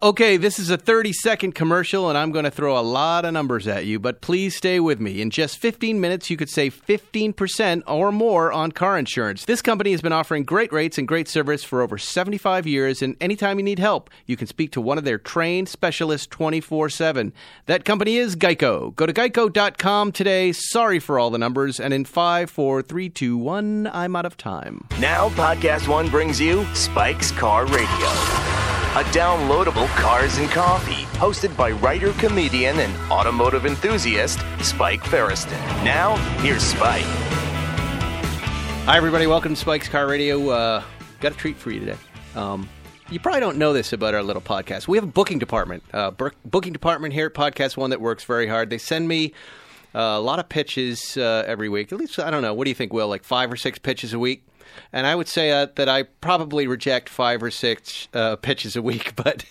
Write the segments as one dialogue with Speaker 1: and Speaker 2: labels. Speaker 1: Okay, this is a 30 second commercial, and I'm going to throw a lot of numbers at you, but please stay with me. In just 15 minutes, you could save 15% or more on car insurance. This company has been offering great rates and great service for over 75 years, and anytime you need help, you can speak to one of their trained specialists 24 7. That company is Geico. Go to geico.com today. Sorry for all the numbers, and in 5, 4, 3, 2, 1, I'm out of time.
Speaker 2: Now, Podcast One brings you Spike's Car Radio, a downloadable cars and coffee hosted by writer, comedian, and automotive enthusiast Spike Ferriston. Now, here's Spike.
Speaker 1: Hi, everybody. Welcome to Spike's Car Radio. Uh, got a treat for you today. Um, you probably don't know this about our little podcast. We have a booking department, uh, bur- booking department here at Podcast One that works very hard. They send me uh, a lot of pitches uh, every week. At least I don't know. What do you think, Will? Like five or six pitches a week? And I would say uh, that I probably reject five or six uh, pitches a week. But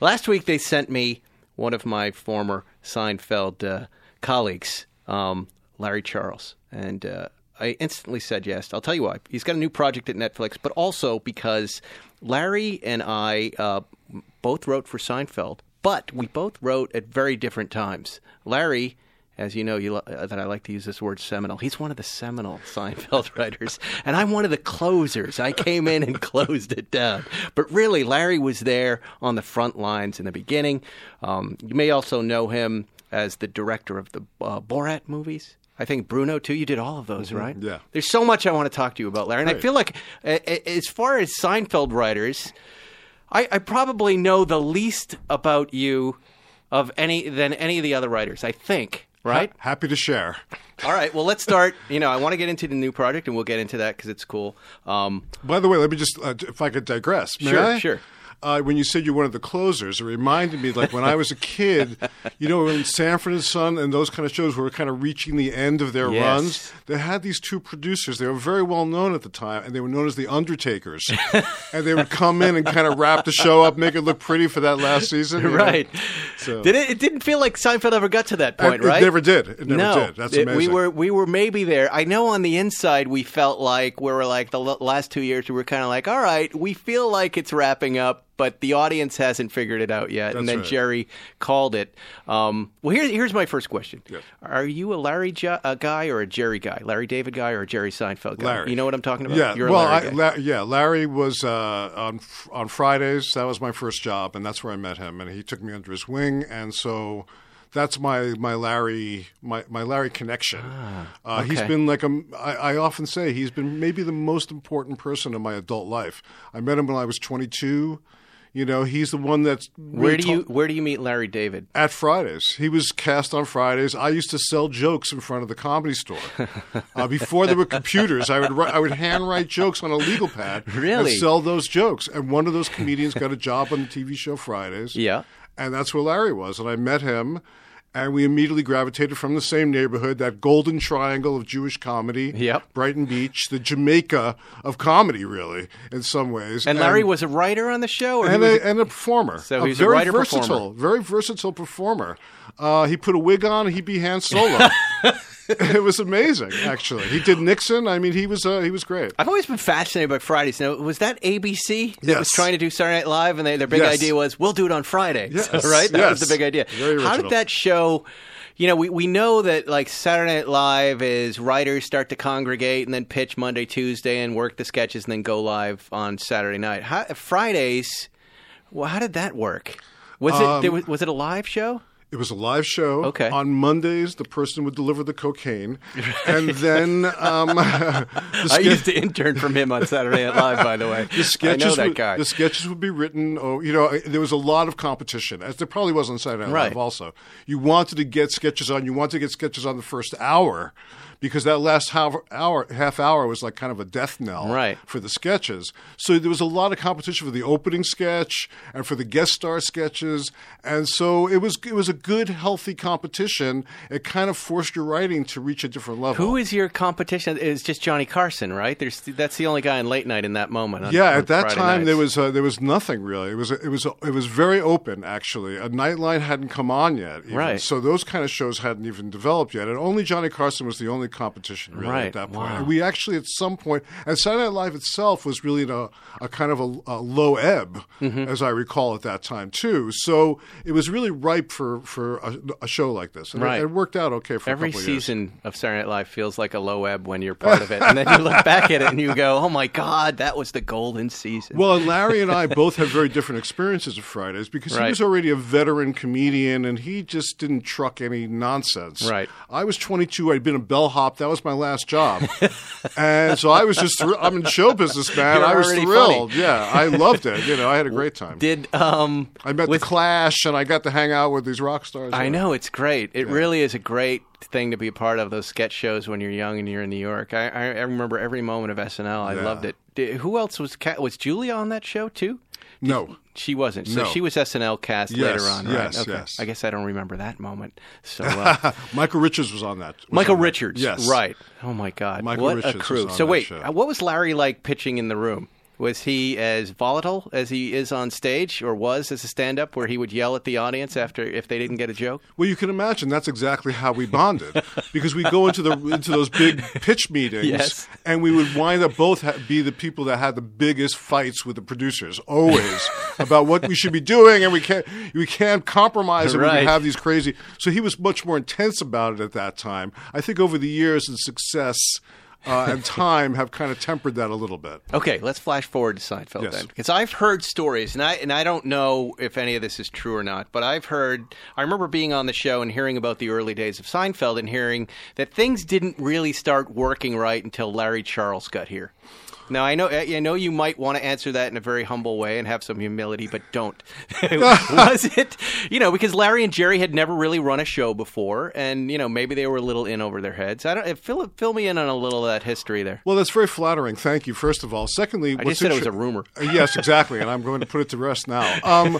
Speaker 1: last week they sent me one of my former Seinfeld uh, colleagues, um, Larry Charles, and. Uh, I instantly said yes. I'll tell you why. He's got a new project at Netflix, but also because Larry and I uh, both wrote for Seinfeld, but we both wrote at very different times. Larry, as you know, you lo- uh, that I like to use this word seminal. He's one of the seminal Seinfeld writers, and I'm one of the closers. I came in and closed it down. But really, Larry was there on the front lines in the beginning. Um, you may also know him as the director of the uh, Borat movies. I think Bruno too. You did all of those, right?
Speaker 3: Mm-hmm. yeah.
Speaker 1: There's so much I want to talk to you about, Larry. And I feel like, uh, a- as far as Seinfeld writers, I, I probably know the least about you of any than any of the other writers. I think, right?
Speaker 3: Happy to share.
Speaker 1: All right. Well, let's start. You know, I want to get into the new project, and we'll get into that because it's cool. Um,
Speaker 3: By the way, let me just, uh, if I could digress. may
Speaker 1: Sure,
Speaker 3: I?
Speaker 1: sure.
Speaker 3: Uh, when you said you're one of the closers, it reminded me like when I was a kid, you know, when Sanford and Son and those kind of shows were kind of reaching the end of their
Speaker 1: Yes.
Speaker 3: runs, they had these two producers. They were very well known at the time, and they were known as the Undertakers. and they would come in and kind of wrap the show up, make it look pretty for that last season. you know?
Speaker 1: right.
Speaker 3: So-
Speaker 1: Did it? It didn't feel like Seinfeld ever got to that
Speaker 3: And
Speaker 1: point,
Speaker 3: it
Speaker 1: right?
Speaker 3: never did. It never
Speaker 1: no,
Speaker 3: did. That's
Speaker 1: It-
Speaker 3: amazing.
Speaker 1: We were we were maybe there. I know on the inside we felt like we were like the l- last two years we were kind of like, all right, we feel like it's wrapping up, but the audience hasn't figured it out yet. and
Speaker 3: That's
Speaker 1: then
Speaker 3: right.
Speaker 1: Jerry called it. Um, well, here, here's my first question: Are you a Larry jo- a guy or a Jerry guy? Larry David guy or a Jerry Seinfeld guy?
Speaker 3: Larry.
Speaker 1: You know what I'm talking about?
Speaker 3: Yeah,
Speaker 1: You're
Speaker 3: well,
Speaker 1: a Larry
Speaker 3: I,
Speaker 1: guy.
Speaker 3: La- yeah, Larry was uh, on fr- on Fridays. That was my first job, and that's where I met him. And he took me under his wing, and so that's my my Larry my, my Larry connection. uh, He's
Speaker 1: Ah, okay.
Speaker 3: been like a m I I often say he's been maybe the most important person in my adult life. I met him when I was 22. You know, he's the one that's
Speaker 1: Where
Speaker 3: really
Speaker 1: do
Speaker 3: taught-
Speaker 1: you where do you meet Larry David?
Speaker 3: at Fridays. He was cast on Fridays. I used to sell jokes in front of the comedy store. Uh, before there were computers, I would write, I would handwrite jokes on a legal pad and
Speaker 1: Really?
Speaker 3: sell those jokes. And one of those comedians got a job on the TV show Fridays.
Speaker 1: Yeah.
Speaker 3: and that's where Larry was. And I met him, and we immediately gravitated from the same neighborhood, that golden triangle of Jewish comedy.
Speaker 1: Yep.
Speaker 3: Brighton Beach, the Jamaica of comedy, really, in some ways.
Speaker 1: And Larry was a writer on the show, or he
Speaker 3: and
Speaker 1: was a-
Speaker 3: a, and a performer.
Speaker 1: So
Speaker 3: a
Speaker 1: he's a
Speaker 3: very
Speaker 1: writer performer.
Speaker 3: versatile, very versatile performer. Uh, he put a wig on. He'd be Han Solo. it was amazing, actually. He did Nixon. I mean, he was uh, he was great.
Speaker 1: I've always been fascinated by Fridays. Now, was that ABC that
Speaker 3: Yes.
Speaker 1: was trying to do Saturday Night Live, and they, their big
Speaker 3: Yes.
Speaker 1: idea was, "We'll do it on Friday,"
Speaker 3: Yes.
Speaker 1: right? That was
Speaker 3: Yes.
Speaker 1: the big idea.
Speaker 3: Very
Speaker 1: How did
Speaker 3: original.
Speaker 1: that show? You know, we, we know that like Saturday Night Live is writers start to congregate and then pitch Monday, Tuesday, and work the sketches, and then go live on Saturday night. How, Fridays, well, how did that work? Was
Speaker 3: Um,
Speaker 1: it there was, was it a live show?
Speaker 3: It was a live show.
Speaker 1: Okay.
Speaker 3: On Mondays, the person would deliver the cocaine, and then um, the,
Speaker 1: I
Speaker 3: ske-
Speaker 1: used to intern from him on Saturday Night Live, by the way.
Speaker 3: the sketches
Speaker 1: I know that
Speaker 3: would,
Speaker 1: guy.
Speaker 3: the sketches would be written. Oh, you know, there was a lot of competition, as there probably was on Saturday Night
Speaker 1: Right.
Speaker 3: Live. Also, you wanted to get sketches on. You wanted to get sketches on the first hour because that last half hour, half hour was like kind of a death knell
Speaker 1: Right.
Speaker 3: for the sketches. So there was a lot of competition for the opening sketch and for the guest star sketches, and so it was it was a good, healthy competition. It kind of forced your writing to reach a different level.
Speaker 1: Who is your competition? It's just Johnny Carson, right? There's that's the only guy in late night in that moment. on-
Speaker 3: yeah,
Speaker 1: on
Speaker 3: at that
Speaker 1: Friday
Speaker 3: time
Speaker 1: nights.
Speaker 3: there was uh, there was nothing really. It was it was it was very open actually. A nightline hadn't come on yet, even.
Speaker 1: Right.
Speaker 3: So those kind of shows hadn't even developed yet, and only Johnny Carson was the only competition really
Speaker 1: Right.
Speaker 3: at that point.
Speaker 1: Wow.
Speaker 3: And we actually at some point, and Saturday Night Live itself was really in a, a kind of a, a low ebb,
Speaker 1: Mm-hmm.
Speaker 3: as I recall at that time too. So it was really ripe for for a, a show like this, and it-
Speaker 1: Right.
Speaker 3: it, worked out okay for a
Speaker 1: Every
Speaker 3: couple of years.
Speaker 1: season of Saturday Night Live feels like a low ebb when you're part of it, and then you look back at it and you go, "Oh my God, that was the golden season."
Speaker 3: Well, and Larry and I both had very different experiences of Fridays because
Speaker 1: Right.
Speaker 3: he was already a veteran comedian and he just didn't truck any nonsense.
Speaker 1: Right.
Speaker 3: I was 22. I'd been a bellhop. That was my last job, and so I was just thr- I'm in show business, man.
Speaker 1: You're
Speaker 3: I was
Speaker 1: already
Speaker 3: thrilled. Yeah, I loved it. You know, I had a great time.
Speaker 1: did um,
Speaker 3: I met
Speaker 1: with
Speaker 3: the Clash and I got to hang out with these rock stars.
Speaker 1: I know it's great. It really is a great thing to be a part of those sketch shows when you're young and you're in New York. I, I I remember every moment of SNL. I
Speaker 3: Yeah.
Speaker 1: loved it. Did, who else was ca- was Julia on that show too?
Speaker 3: No.
Speaker 1: She wasn't. So
Speaker 3: No.
Speaker 1: she was SNL cast
Speaker 3: Yes,
Speaker 1: later on.
Speaker 3: yes,
Speaker 1: right? Okay.
Speaker 3: yes.
Speaker 1: I guess I don't remember that moment. So uh,
Speaker 3: Michael Richards was on that. was
Speaker 1: Michael
Speaker 3: on that.
Speaker 1: Richards.
Speaker 3: Yes.
Speaker 1: Right. Oh my God.
Speaker 3: Michael
Speaker 1: what
Speaker 3: Richards
Speaker 1: a
Speaker 3: was
Speaker 1: crew.
Speaker 3: on
Speaker 1: So
Speaker 3: that
Speaker 1: wait,
Speaker 3: show.
Speaker 1: uh, what was Larry like pitching in the room? Was he as volatile as he is on stage, or was as a stand-up, where he would yell at the audience after if they didn't get a joke?
Speaker 3: Well, you can imagine that's exactly how we bonded because we go into the into those big pitch meetings,
Speaker 1: Yes.
Speaker 3: and we would wind up both ha- be the people that had the biggest fights with the producers always about what we should be doing, and we can't we can't compromise, and we
Speaker 1: Right.
Speaker 3: can have these crazy. So he was much more intense about it at that time. I think over the years and success. Uh, and time have kind of tempered that a little bit.
Speaker 1: Okay, let's flash forward to Seinfeld
Speaker 3: Yes.
Speaker 1: then, because I've heard stories, and I and I don't know if any of this is true or not, but I've heard. I remember being on the show and hearing about the early days of Seinfeld, and hearing that things didn't really start working right until Larry Charles got here. Now I know I know you might want to answer that in a very humble way and have some humility, but don't. was it you know because Larry and Jerry had never really run a show before, and you know maybe they were a little in over their heads. I don't uh, fill fill me in on a little of that history there.
Speaker 3: Well, that's very flattering. Thank you, first of all. Secondly,
Speaker 1: I
Speaker 3: what's
Speaker 1: just said it was
Speaker 3: inter-
Speaker 1: a rumor.
Speaker 3: Uh, yes, exactly, and I'm going to put it to rest now. Um,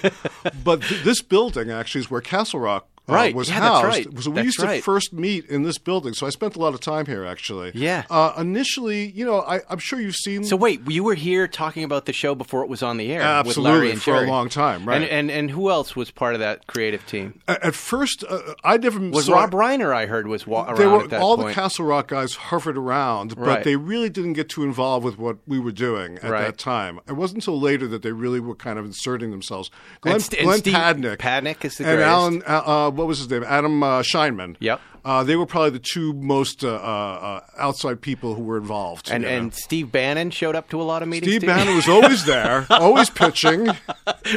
Speaker 3: but th- this building actually is where Castle Rock uh,
Speaker 1: Right.
Speaker 3: was
Speaker 1: Yeah, that's
Speaker 3: housed.
Speaker 1: right.
Speaker 3: So we
Speaker 1: That's
Speaker 3: used
Speaker 1: right.
Speaker 3: to first meet in this building. So I spent a lot of time here, actually.
Speaker 1: Yeah.
Speaker 3: Uh, initially, you know, I, I'm sure you've seen.
Speaker 1: So wait, you were here talking about the show before it was on the air
Speaker 3: Absolutely,
Speaker 1: with Larry and
Speaker 3: for a
Speaker 1: Jerry.
Speaker 3: long time, right.
Speaker 1: And, and and who else was part of that creative team?
Speaker 3: A- at first, uh, I never
Speaker 1: Was
Speaker 3: saw
Speaker 1: Rob Reiner? I heard was wa- around
Speaker 3: They were
Speaker 1: at that
Speaker 3: all
Speaker 1: point.
Speaker 3: the Castle Rock guys hovered around, but
Speaker 1: Right.
Speaker 3: they really didn't get too involved with what we were doing at
Speaker 1: Right.
Speaker 3: that time. It wasn't until later that they really were kind of inserting themselves. Glenn,
Speaker 1: And St- and
Speaker 3: Glenn
Speaker 1: Steve
Speaker 3: Padnick,
Speaker 1: Padnick is the
Speaker 3: and
Speaker 1: greatest.
Speaker 3: Alan. Uh, uh, what was his name? Adam uh, Scheinman.
Speaker 1: Yep.
Speaker 3: Uh, they were probably the two most uh, uh, uh, outside people who were involved.
Speaker 1: and
Speaker 3: you know.
Speaker 1: and Steve Bannon showed up to a lot of meetings.
Speaker 3: Steve
Speaker 1: too?
Speaker 3: Bannon was always there, always pitching.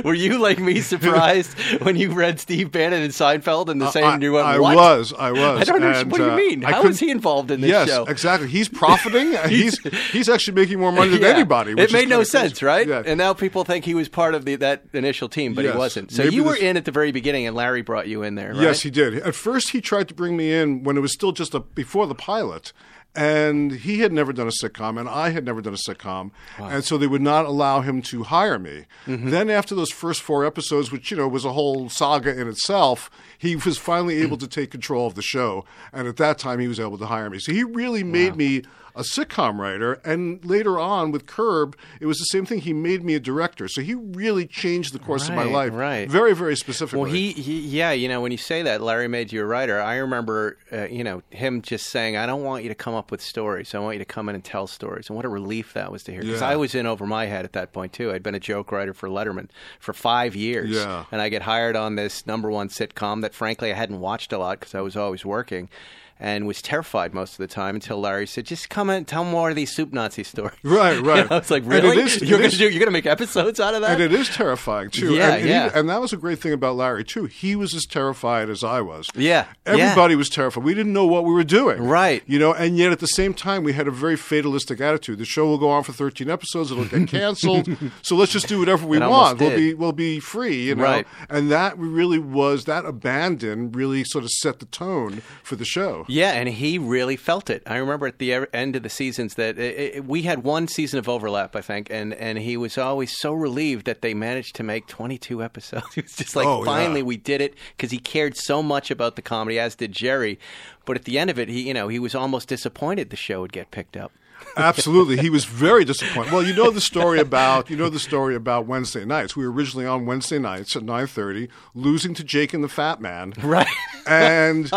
Speaker 1: Were you like me surprised when you read Steve Bannon and Seinfeld in the same?
Speaker 3: Uh, I,
Speaker 1: and you went,
Speaker 3: I
Speaker 1: what?
Speaker 3: was, I was.
Speaker 1: I don't understand.
Speaker 3: and,
Speaker 1: What do you
Speaker 3: uh,
Speaker 1: mean?
Speaker 3: I
Speaker 1: How
Speaker 3: couldn't-
Speaker 1: was he involved in this
Speaker 3: yes,
Speaker 1: show?
Speaker 3: exactly. He's profiting. he's he's actually making more money than
Speaker 1: Yeah.
Speaker 3: anybody. which
Speaker 1: It
Speaker 3: is
Speaker 1: made no
Speaker 3: kinda crazy.
Speaker 1: sense, right?
Speaker 3: Yeah.
Speaker 1: And now people think he was part of the, that initial team, but he
Speaker 3: Yes.
Speaker 1: wasn't. So
Speaker 3: Maybe
Speaker 1: you were
Speaker 3: this-
Speaker 1: in at the very beginning, and Larry brought you in there, right?
Speaker 3: Yes, he did. At first, he tried to bring me in when it was still just a, before the pilot, and he had never done a sitcom, and I had never done a sitcom, and so they would not allow him to hire me.
Speaker 1: Mm-hmm.
Speaker 3: Then, after those first four episodes, which you know was a whole saga in itself, he was
Speaker 1: Mm.
Speaker 3: finally able to take control of the show, and at that time, he was able to hire me. So he really made me. A sitcom writer, and later on with Curb, it was the same thing. He made me a director, so he really changed the course of
Speaker 1: Right,
Speaker 3: my life,
Speaker 1: right.
Speaker 3: Very, very specifically.
Speaker 1: Well, he, he, yeah, you know, when you say that, Larry made you a writer. I remember, uh, you know, him just saying, "I don't want you to come up with stories. I want you to come in and tell stories." And what a relief that was to hear. Because
Speaker 3: Yeah.
Speaker 1: I was in over my head at that point too. I'd been a joke writer for Letterman for five years,
Speaker 3: Yeah.
Speaker 1: and I get hired on this number one sitcom that, frankly, I hadn't watched a lot because I was always working. And was terrified most of the time until Larry said, "Just come in, and tell more of these soup Nazi stories."
Speaker 3: Right, right.
Speaker 1: I was like,
Speaker 3: And it
Speaker 1: "Really?
Speaker 3: is- it
Speaker 1: you're going
Speaker 3: is-
Speaker 1: to make episodes out of that?"
Speaker 3: And it is terrifying too.
Speaker 1: Yeah,
Speaker 3: and, and
Speaker 1: yeah.
Speaker 3: he- and that was a great thing about Larry too. He was as terrified as I was.
Speaker 1: Yeah,
Speaker 3: Everybody was terrified. We didn't know what we were doing.
Speaker 1: Right.
Speaker 3: You know, and yet at the same time we had a very fatalistic attitude. The show will go on for 13 episodes, it'll get canceled. so let's just do whatever we
Speaker 1: It almost
Speaker 3: want. We'll
Speaker 1: did.
Speaker 3: be we'll be free, you know.
Speaker 1: Right.
Speaker 3: And that really was that abandon really sort of set the tone for the show.
Speaker 1: Yeah, and he really felt it. I remember at the e- end of the seasons that it, it, we had one season of overlap, I think, and, and he was always so relieved that they managed to make 22 episodes. He was just like,
Speaker 3: Oh, yeah.
Speaker 1: finally we did it because he cared so much about the comedy, as did Jerry. But at the end of it, he you know he was almost disappointed the show would get picked up.
Speaker 3: Absolutely, he was very disappointed. Well, you know the story about you know the story about Wednesday nights. We were originally on Wednesday nights at nine thirty, losing to Jake and the Fat Man,
Speaker 1: Right.
Speaker 3: and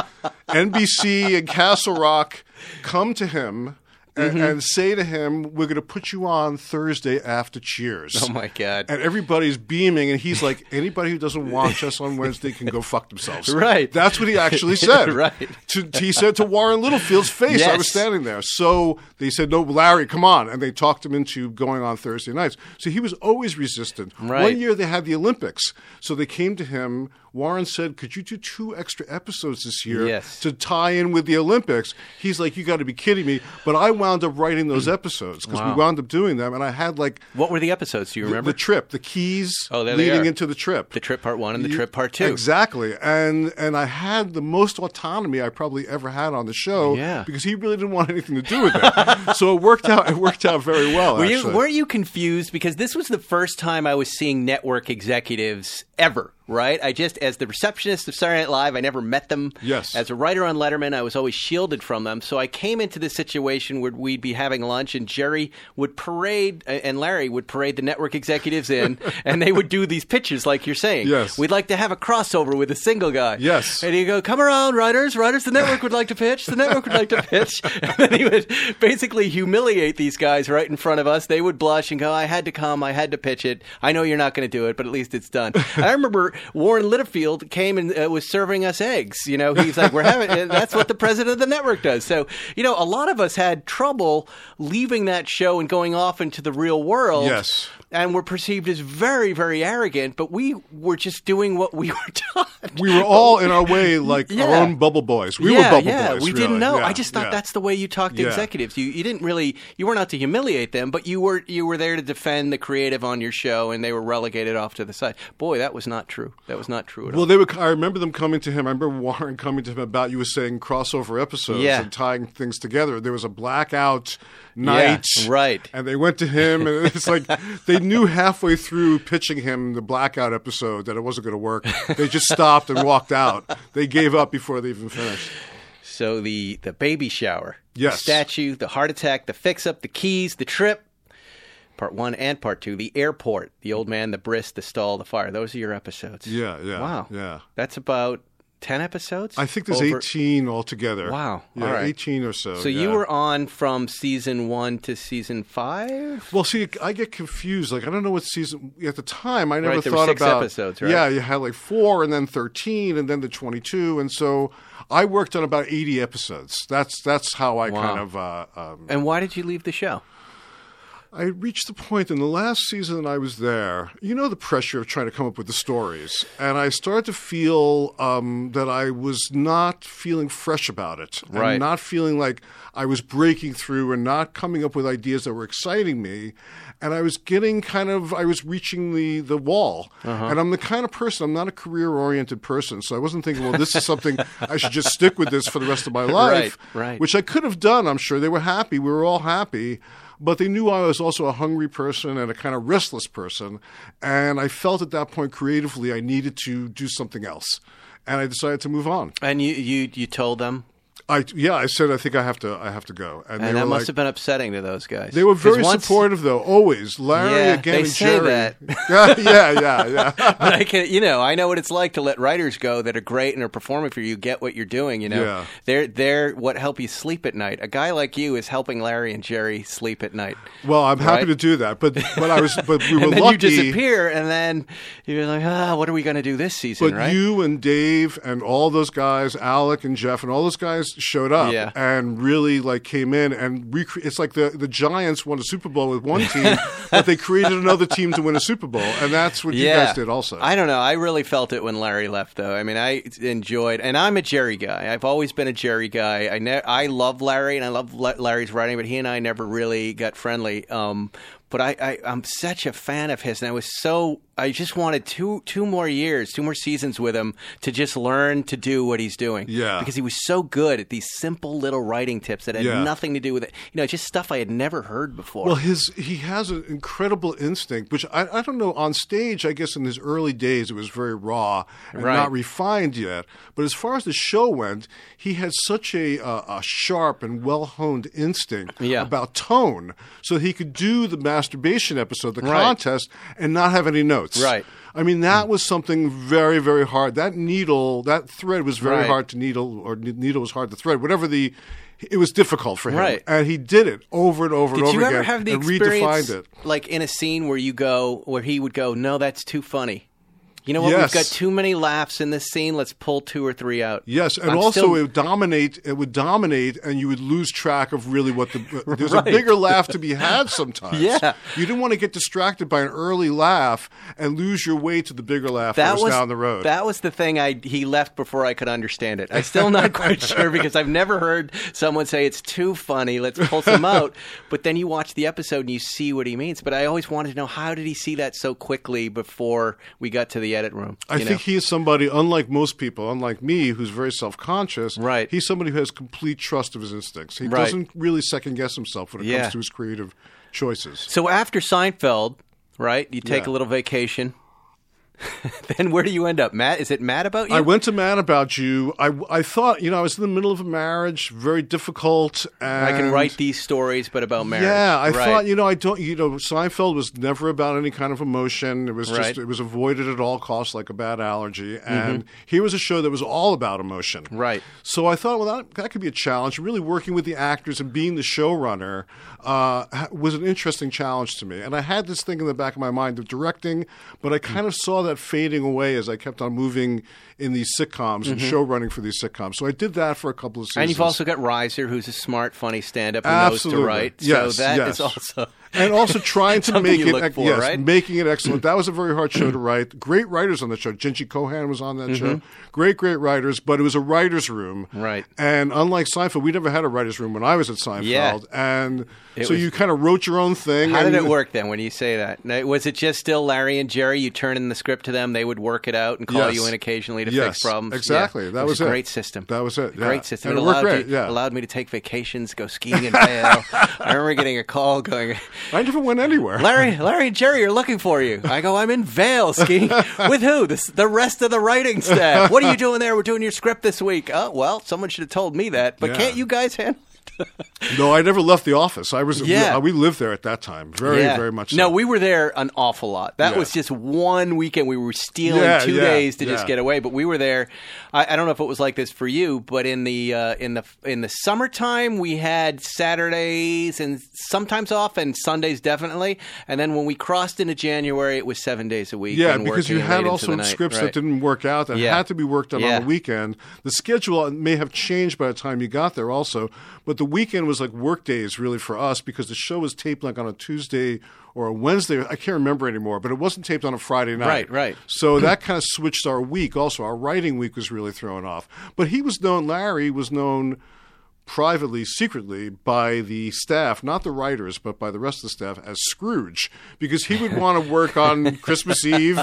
Speaker 3: NBC and Castle Rock come to him.
Speaker 1: Mm-hmm.
Speaker 3: And, and say to him, "We're going to put you on Thursday after Cheers."
Speaker 1: Oh my God.
Speaker 3: And everybody's beaming, and he's like, "Anybody who doesn't watch us on Wednesday can go fuck themselves."
Speaker 1: Right.
Speaker 3: That's what he actually said.
Speaker 1: Right.
Speaker 3: To, he said to Warren Littlefield's face. I was
Speaker 1: Yes.
Speaker 3: standing there. So they said, "No, Larry, come on," and they talked him into going on Thursday nights. So he was always resistant.
Speaker 1: Right.
Speaker 3: One year they had the Olympics, so they came to him. Warren said, "Could you do two extra episodes this year
Speaker 1: Yes.
Speaker 3: to tie in with the Olympics?" He's like, "You got to be kidding me!" But I wound up writing those
Speaker 1: Mm.
Speaker 3: episodes because we wound up doing them, and I had like
Speaker 1: What were the episodes? Do you remember?
Speaker 3: the trip, the keys
Speaker 1: Oh, there they
Speaker 3: leading
Speaker 1: are.
Speaker 3: into the trip.
Speaker 1: The trip part one and the
Speaker 3: You-
Speaker 1: trip part two.
Speaker 3: Exactly. And and I had the most autonomy I probably ever had on the show
Speaker 1: Yeah.
Speaker 3: because he really didn't want anything to do with it. so it worked out it worked out very well
Speaker 1: Were you,
Speaker 3: Oh, actually.
Speaker 1: were you confused because this was the first time I was seeing network executives ever? Right, I just as the receptionist of Saturday Night Live, I never met them.
Speaker 3: Yes.
Speaker 1: as a writer on Letterman, I was always shielded from them. So I came into this situation where we'd be having lunch, and Jerry would parade uh, and Larry would parade the network executives in, and they would do these pitches like you're saying.
Speaker 3: Yes.
Speaker 1: we'd like to have a crossover with a single guy.
Speaker 3: Yes.
Speaker 1: and he'd go, "Come around, writers, writers. The network would like to pitch. The network would like to pitch." And then he would basically humiliate these guys right in front of us. They would blush and go, "I had to come. I had to pitch it. I know you're not going to do it, but at least it's done." And I remember Warren Littlefield came and uh, was serving us eggs. You know, he's like, "We're having." and That's what the president of the network does. So, you know, a lot of us had trouble leaving that show and going off into the real world
Speaker 3: Yes.
Speaker 1: and were perceived as very, very arrogant, but we were just doing what we were taught.
Speaker 3: we were all in our way like our
Speaker 1: Yeah.
Speaker 3: own bubble boys. We
Speaker 1: yeah,
Speaker 3: were bubble
Speaker 1: yeah,
Speaker 3: boys.
Speaker 1: we
Speaker 3: really.
Speaker 1: didn't know.
Speaker 3: Yeah,
Speaker 1: I just thought
Speaker 3: yeah.
Speaker 1: that's the way you talk to
Speaker 3: Yeah.
Speaker 1: executives. You you didn't really you weren't out to humiliate them, but you were you were there to defend the creative on your show, and they were relegated off to the side. Boy, that was not true. That was not true at all.
Speaker 3: Well, they were. I remember them coming to him. I remember Warren coming to him about you were saying crossover episodes
Speaker 1: Yeah.
Speaker 3: and tying things together. There was a blackout night,
Speaker 1: right.
Speaker 3: And they went to him, and it's like they knew halfway through pitching him the blackout episode that it wasn't going to work. They just stopped and walked out. They gave up before they even finished.
Speaker 1: So the the baby shower,
Speaker 3: Yes.
Speaker 1: the statue, the heart attack, the fix up, the keys, the trip. Part one and part two, the airport, the old man, the brisk, the stall, the fire. Those are your episodes.
Speaker 3: Yeah, yeah,
Speaker 1: Wow.
Speaker 3: yeah.
Speaker 1: That's about ten episodes.
Speaker 3: I think there's
Speaker 1: Over-
Speaker 3: 18 altogether.
Speaker 1: Wow.
Speaker 3: Yeah,
Speaker 1: All right.
Speaker 3: 18 or so.
Speaker 1: So
Speaker 3: yeah.
Speaker 1: you were on from season one to season five.
Speaker 3: Well, see, I get confused. Like, I don't know what season. At the time, I never
Speaker 1: Right, there were
Speaker 3: thought
Speaker 1: six
Speaker 3: about
Speaker 1: episodes, right?
Speaker 3: Yeah, you had like four, and then thirteen, and then the twenty-two, and so I worked on about eighty episodes. That's that's how I kind of. Uh, um,
Speaker 1: And why did you leave the show?
Speaker 3: I reached the point in the last season that I was there. You know the pressure of trying to come up with the stories, and I started to feel um, that I was not feeling fresh about it, and
Speaker 1: Right.
Speaker 3: not feeling like I was breaking through, and not coming up with ideas that were exciting me. And I was getting kind of, I was reaching the the wall. And I'm the kind of person, I'm not a career oriented person, so I wasn't thinking, well, this is something I should just stick with this for the rest of my life,
Speaker 1: right.
Speaker 3: which I could have done. I'm sure they were happy. We were all happy, but they knew I was also a hungry person and a kind of restless person. And I felt at that point creatively I needed to do something else. And I decided to move on.
Speaker 1: And you you you told them,
Speaker 3: I yeah, I said I think I have to I have to go. And, they
Speaker 1: and that
Speaker 3: were
Speaker 1: must
Speaker 3: like,
Speaker 1: have been upsetting to those guys.
Speaker 3: they were
Speaker 1: 'Cause
Speaker 3: very
Speaker 1: once-
Speaker 3: supportive though, always. Larry
Speaker 1: Yeah,
Speaker 3: again
Speaker 1: they
Speaker 3: and
Speaker 1: say
Speaker 3: Jerry.
Speaker 1: that.
Speaker 3: yeah, yeah, yeah, yeah.
Speaker 1: but I can, you know, I know what it's like to let writers go that are great and are performing for you. Get what you're doing, you know.
Speaker 3: Yeah.
Speaker 1: They're they're what help you sleep at night. A guy like you is helping Larry and Jerry sleep at night.
Speaker 3: Well, I'm happy
Speaker 1: Right.
Speaker 3: to do that, but but I was but we were
Speaker 1: and then
Speaker 3: lucky.
Speaker 1: you disappear, and then you're like, ah, what are we going to do this season?
Speaker 3: But
Speaker 1: right?
Speaker 3: you and Dave and all those guys, Alec and Jeff and all those guys showed up
Speaker 1: Yeah.
Speaker 3: and really like came in and recre- it's like the, the Giants won a Super Bowl with one team, but they created another team to win a Super Bowl, and that's what you guys did also.
Speaker 1: I don't know. I really felt it when Larry left, though. I mean, I enjoyed, and I'm a Jerry guy. I've always been a Jerry guy. I ne- I love Larry, and I love La- Larry's writing, but he and I never really got friendly. Um, But I, I I'm such a fan of his, and I was so I just wanted two two more years, two more seasons with him to just learn to do what he's doing.
Speaker 3: Yeah.
Speaker 1: because he was so good at these simple little writing tips that had
Speaker 3: Yeah.
Speaker 1: nothing to do with it. You know, just stuff I had never heard before.
Speaker 3: Well, his he has an incredible instinct, which I, I don't know. On stage, I guess in his early days, it was very raw and
Speaker 1: Right.
Speaker 3: not refined yet. But as far as the show went, he had such a uh, a sharp and well honed instinct
Speaker 1: Yeah.
Speaker 3: about tone, so he could do the masturbation episode, the
Speaker 1: Right.
Speaker 3: contest, and not have any notes.
Speaker 1: Right.
Speaker 3: I mean, that was something very, very hard. That needle, that thread was very
Speaker 1: Right.
Speaker 3: hard to needle, or ne- needle was hard to thread. Whatever the, it was difficult for him,
Speaker 1: Right.
Speaker 3: and he did it over and over and
Speaker 1: Did
Speaker 3: over
Speaker 1: you
Speaker 3: again
Speaker 1: ever have the
Speaker 3: and
Speaker 1: experience,
Speaker 3: redefined it.
Speaker 1: like in a scene where you go, where he would go, "No, that's too funny." You know what?
Speaker 3: Yes.
Speaker 1: We've got too many laughs in this scene. Let's pull two or three out.
Speaker 3: Yes, and
Speaker 1: I'm
Speaker 3: also
Speaker 1: still-
Speaker 3: it would dominate. It would dominate, and you would lose track of really what the. uh, There's
Speaker 1: Right.
Speaker 3: a bigger laugh to be had sometimes.
Speaker 1: Yeah.
Speaker 3: you didn't want to get distracted by an early laugh and lose your way to the bigger laugh that, was, down the road.
Speaker 1: That was the thing I he left before I could understand it. I'm still not quite sure because I've never heard someone say it's too funny. Let's pull some out. But then you watch the episode and you see what he means. But I always wanted to know how did he see that so quickly before we got to the edit room.
Speaker 3: I
Speaker 1: you know?
Speaker 3: think he is somebody, unlike most people, unlike me, who's very self conscious.
Speaker 1: Right.
Speaker 3: He's somebody who has complete trust of his instincts. He
Speaker 1: Right.
Speaker 3: doesn't really second guess himself when it
Speaker 1: Yeah.
Speaker 3: comes to his creative choices.
Speaker 1: So after Seinfeld, right? You take
Speaker 3: Yeah.
Speaker 1: a little vacation. then where do you end up, Matt? Is it Matt about you?
Speaker 3: I went to Mad About You. I, I thought, you know, I was in the middle of a marriage, very difficult. And
Speaker 1: I can write these stories, but about marriage.
Speaker 3: Yeah, I
Speaker 1: Right.
Speaker 3: thought you know I don't you know Seinfeld was never about any kind of emotion. It was just
Speaker 1: Right. Mm-hmm.
Speaker 3: it was avoided at all costs like a bad allergy. And here was a show that was all about emotion.
Speaker 1: Right.
Speaker 3: So I thought, well, that, that could be a challenge. Really working with the actors and being the showrunner uh, ha- was an interesting challenge to me. And I had this thing in the back of my mind of directing, but I
Speaker 1: Mm.
Speaker 3: kind of saw that fading away as I kept on moving in these sitcoms and showrunning for these sitcoms. So I did that for a couple of seasons.
Speaker 1: Mm-hmm. And you've also got Reiser, who's a smart, funny stand-up who knows to write.
Speaker 3: Yes,
Speaker 1: so that is
Speaker 3: yes.
Speaker 1: also
Speaker 3: and also trying to
Speaker 1: Something
Speaker 3: make
Speaker 1: you
Speaker 3: it
Speaker 1: look
Speaker 3: ec-
Speaker 1: for,
Speaker 3: yes,
Speaker 1: right?
Speaker 3: making it excellent. That was a very hard show to write. Great writers on the show. Jinji Kohan was on that show. Great, great writers, but it was a writer's room.
Speaker 1: Mm-hmm. Right.
Speaker 3: And unlike Seinfeld, we never had a writer's room when I was at Seinfeld.
Speaker 1: Yeah.
Speaker 3: And
Speaker 1: It
Speaker 3: so
Speaker 1: was-
Speaker 3: you kind of wrote your own thing.
Speaker 1: How
Speaker 3: and
Speaker 1: did it
Speaker 3: you-
Speaker 1: work then when you say that? Now, Was it just still Larry and Jerry? You turn in the script to them, they would work it out and call
Speaker 3: Yes.
Speaker 1: you in occasionally to
Speaker 3: Yes,
Speaker 1: fix problems.
Speaker 3: exactly.
Speaker 1: it
Speaker 3: That
Speaker 1: was,
Speaker 3: was
Speaker 1: a
Speaker 3: it.
Speaker 1: great system.
Speaker 3: That was it,
Speaker 1: A
Speaker 3: yeah.
Speaker 1: Great system.
Speaker 3: And it
Speaker 1: allowed
Speaker 3: worked great,
Speaker 1: you-
Speaker 3: yeah.
Speaker 1: allowed me to take vacations, go skiing in Vail. I remember getting a call going,
Speaker 3: I never went anywhere.
Speaker 1: Larry, Larry and Jerry are looking for you. I go, I'm in Vail skiing. With who? This, the rest of the writing staff. What are you doing there? We're doing your script this week. Oh, well, someone should have told me that. But
Speaker 3: Yeah.
Speaker 1: can't you guys handle
Speaker 3: no, I never left the office. I was
Speaker 1: Yeah.
Speaker 3: we, we lived there at that time. Very,
Speaker 1: Yeah.
Speaker 3: very much
Speaker 1: No,
Speaker 3: so.
Speaker 1: we were there an awful lot. That
Speaker 3: Yeah.
Speaker 1: was just one weekend. We were stealing
Speaker 3: Yeah,
Speaker 1: two
Speaker 3: yeah,
Speaker 1: days to just
Speaker 3: yeah.
Speaker 1: get away, but we were there. I, I don't know if it was like this for you, but in the uh, in the in the summertime, we had Saturdays and sometimes off, and Sundays definitely. And then when we crossed into January, it was seven days a week.
Speaker 3: Yeah,
Speaker 1: and
Speaker 3: because
Speaker 1: working
Speaker 3: you had
Speaker 1: late into the
Speaker 3: also
Speaker 1: night.
Speaker 3: scripts
Speaker 1: Right.
Speaker 3: that didn't work out that
Speaker 1: Yeah.
Speaker 3: had to be worked out
Speaker 1: Yeah.
Speaker 3: on the weekend. The schedule may have changed by the time you got there, also, but the weekend was like work days really for us because the show was taped like on a Tuesday or a Wednesday. I can't remember anymore, but it wasn't taped on a Friday night.
Speaker 1: Right, right.
Speaker 3: So that kind of switched our week. Also, our writing week was really thrown off. But he was known. Larry was known. Privately, secretly, by the staff, not the writers, but by the rest of the staff, as Scrooge, because he would want to work on Christmas Eve.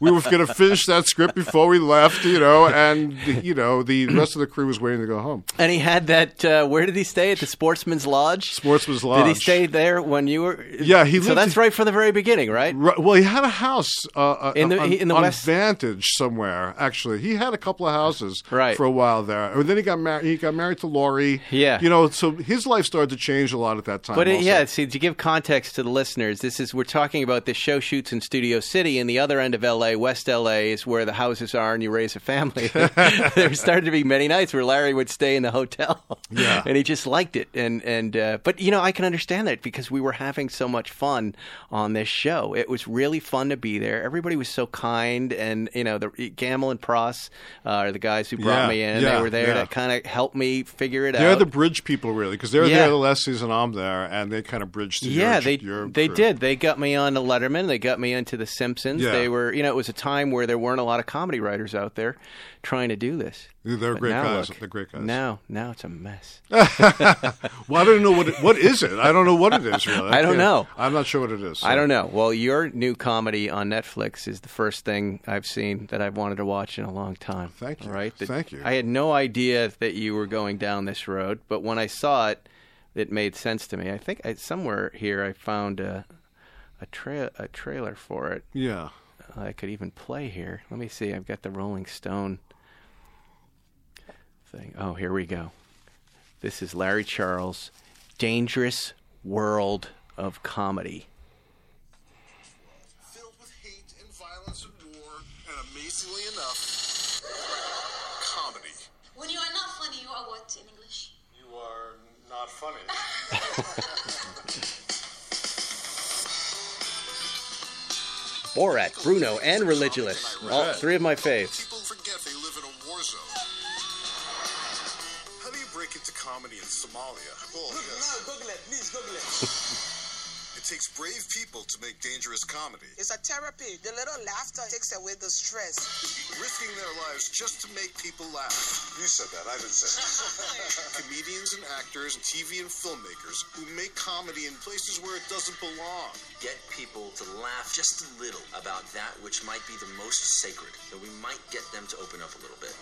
Speaker 3: We were going to finish that script before we left, you know, and, you know, the rest of the crew was waiting to go home.
Speaker 1: And he had that. Uh, where did he stay? At the Sportsman's Lodge.
Speaker 3: Sportsman's
Speaker 1: Did he
Speaker 3: Lodge.
Speaker 1: stay there when you were?
Speaker 3: Yeah, he
Speaker 1: So
Speaker 3: lived-
Speaker 1: that's right from the very beginning, right?
Speaker 3: Right, well, he had a house uh,
Speaker 1: In the-
Speaker 3: on,
Speaker 1: in the
Speaker 3: on
Speaker 1: West-
Speaker 3: Vantage somewhere. Actually, he had a couple of houses
Speaker 1: Right.
Speaker 3: for a while there, and then he got married. He got married to Laurie.
Speaker 1: Yeah.
Speaker 3: you know, so his life started to change a lot at that time.
Speaker 1: But it,
Speaker 3: also.
Speaker 1: yeah, see, to give context to the listeners, this is we're talking about this show shoots in Studio City, and the other end of L.A., West L.A., is where the houses are, and you raise a family. there started to be many nights where Larry would stay in the hotel,
Speaker 3: Yeah.
Speaker 1: and he just liked it. And and uh, but you know, I can understand that because we were having so much fun on this show. It was really fun to be there. Everybody was so kind, and you know, the Gamble and Pross uh, are the guys who brought
Speaker 3: Yeah,
Speaker 1: me in.
Speaker 3: yeah,
Speaker 1: they were there
Speaker 3: yeah.
Speaker 1: to kind of help me figure it out.
Speaker 3: They're they're
Speaker 1: out.
Speaker 3: the bridge people, really, because they're
Speaker 1: Yeah.
Speaker 3: there the last season I'm there, and they kind of bridged. To
Speaker 1: yeah,
Speaker 3: your,
Speaker 1: they
Speaker 3: your
Speaker 1: they
Speaker 3: crew.
Speaker 1: did. They got me on to Letterman. They got me into The Simpsons.
Speaker 3: Yeah.
Speaker 1: They were, you know, it was a time where there weren't a lot of comedy writers out there trying to do this.
Speaker 3: They're
Speaker 1: But
Speaker 3: great
Speaker 1: now
Speaker 3: guys.
Speaker 1: look,
Speaker 3: They're great guys.
Speaker 1: Now, now it's a mess.
Speaker 3: Well, I don't know what it, what is it. I don't know what it is really.
Speaker 1: I don't
Speaker 3: Yeah.
Speaker 1: know.
Speaker 3: I'm not sure what it is. so.
Speaker 1: I don't know. Well, your new comedy on Netflix is the first thing I've seen that I've wanted to watch in a long time.
Speaker 3: Thank you.
Speaker 1: All Right? That-
Speaker 3: Thank you.
Speaker 1: I had no idea that you were going down this road, but when I saw it, it made sense to me. I think I, somewhere here I found a a, tra- a trailer for it.
Speaker 3: Yeah.
Speaker 1: I could even play here. Let me see. I've got the Rolling Stone thing. Oh, here we go. This is Larry Charles, Dangerous World of Comedy.
Speaker 4: filled with hate and violence and war, and amazingly enough, comedy.
Speaker 5: When you are not funny, you are what in English?
Speaker 4: You are not funny.
Speaker 1: Borat, Bruno, and Religulous. All three of my faves.
Speaker 4: People forget they live in a war zone. How do you break into comedy in Somalia? Well, yes,
Speaker 6: Now Google it, please Google it.
Speaker 4: it takes brave people to make dangerous comedy,
Speaker 6: It's a therapy. The little laughter takes away the stress.
Speaker 4: risking their lives just to make people laugh. You said that, I didn't say it. Comedians and actors, TV and filmmakers who make comedy in places where it doesn't belong.
Speaker 7: get people to laugh just a little about that which might be the most sacred, that we might get them to open up a little bit.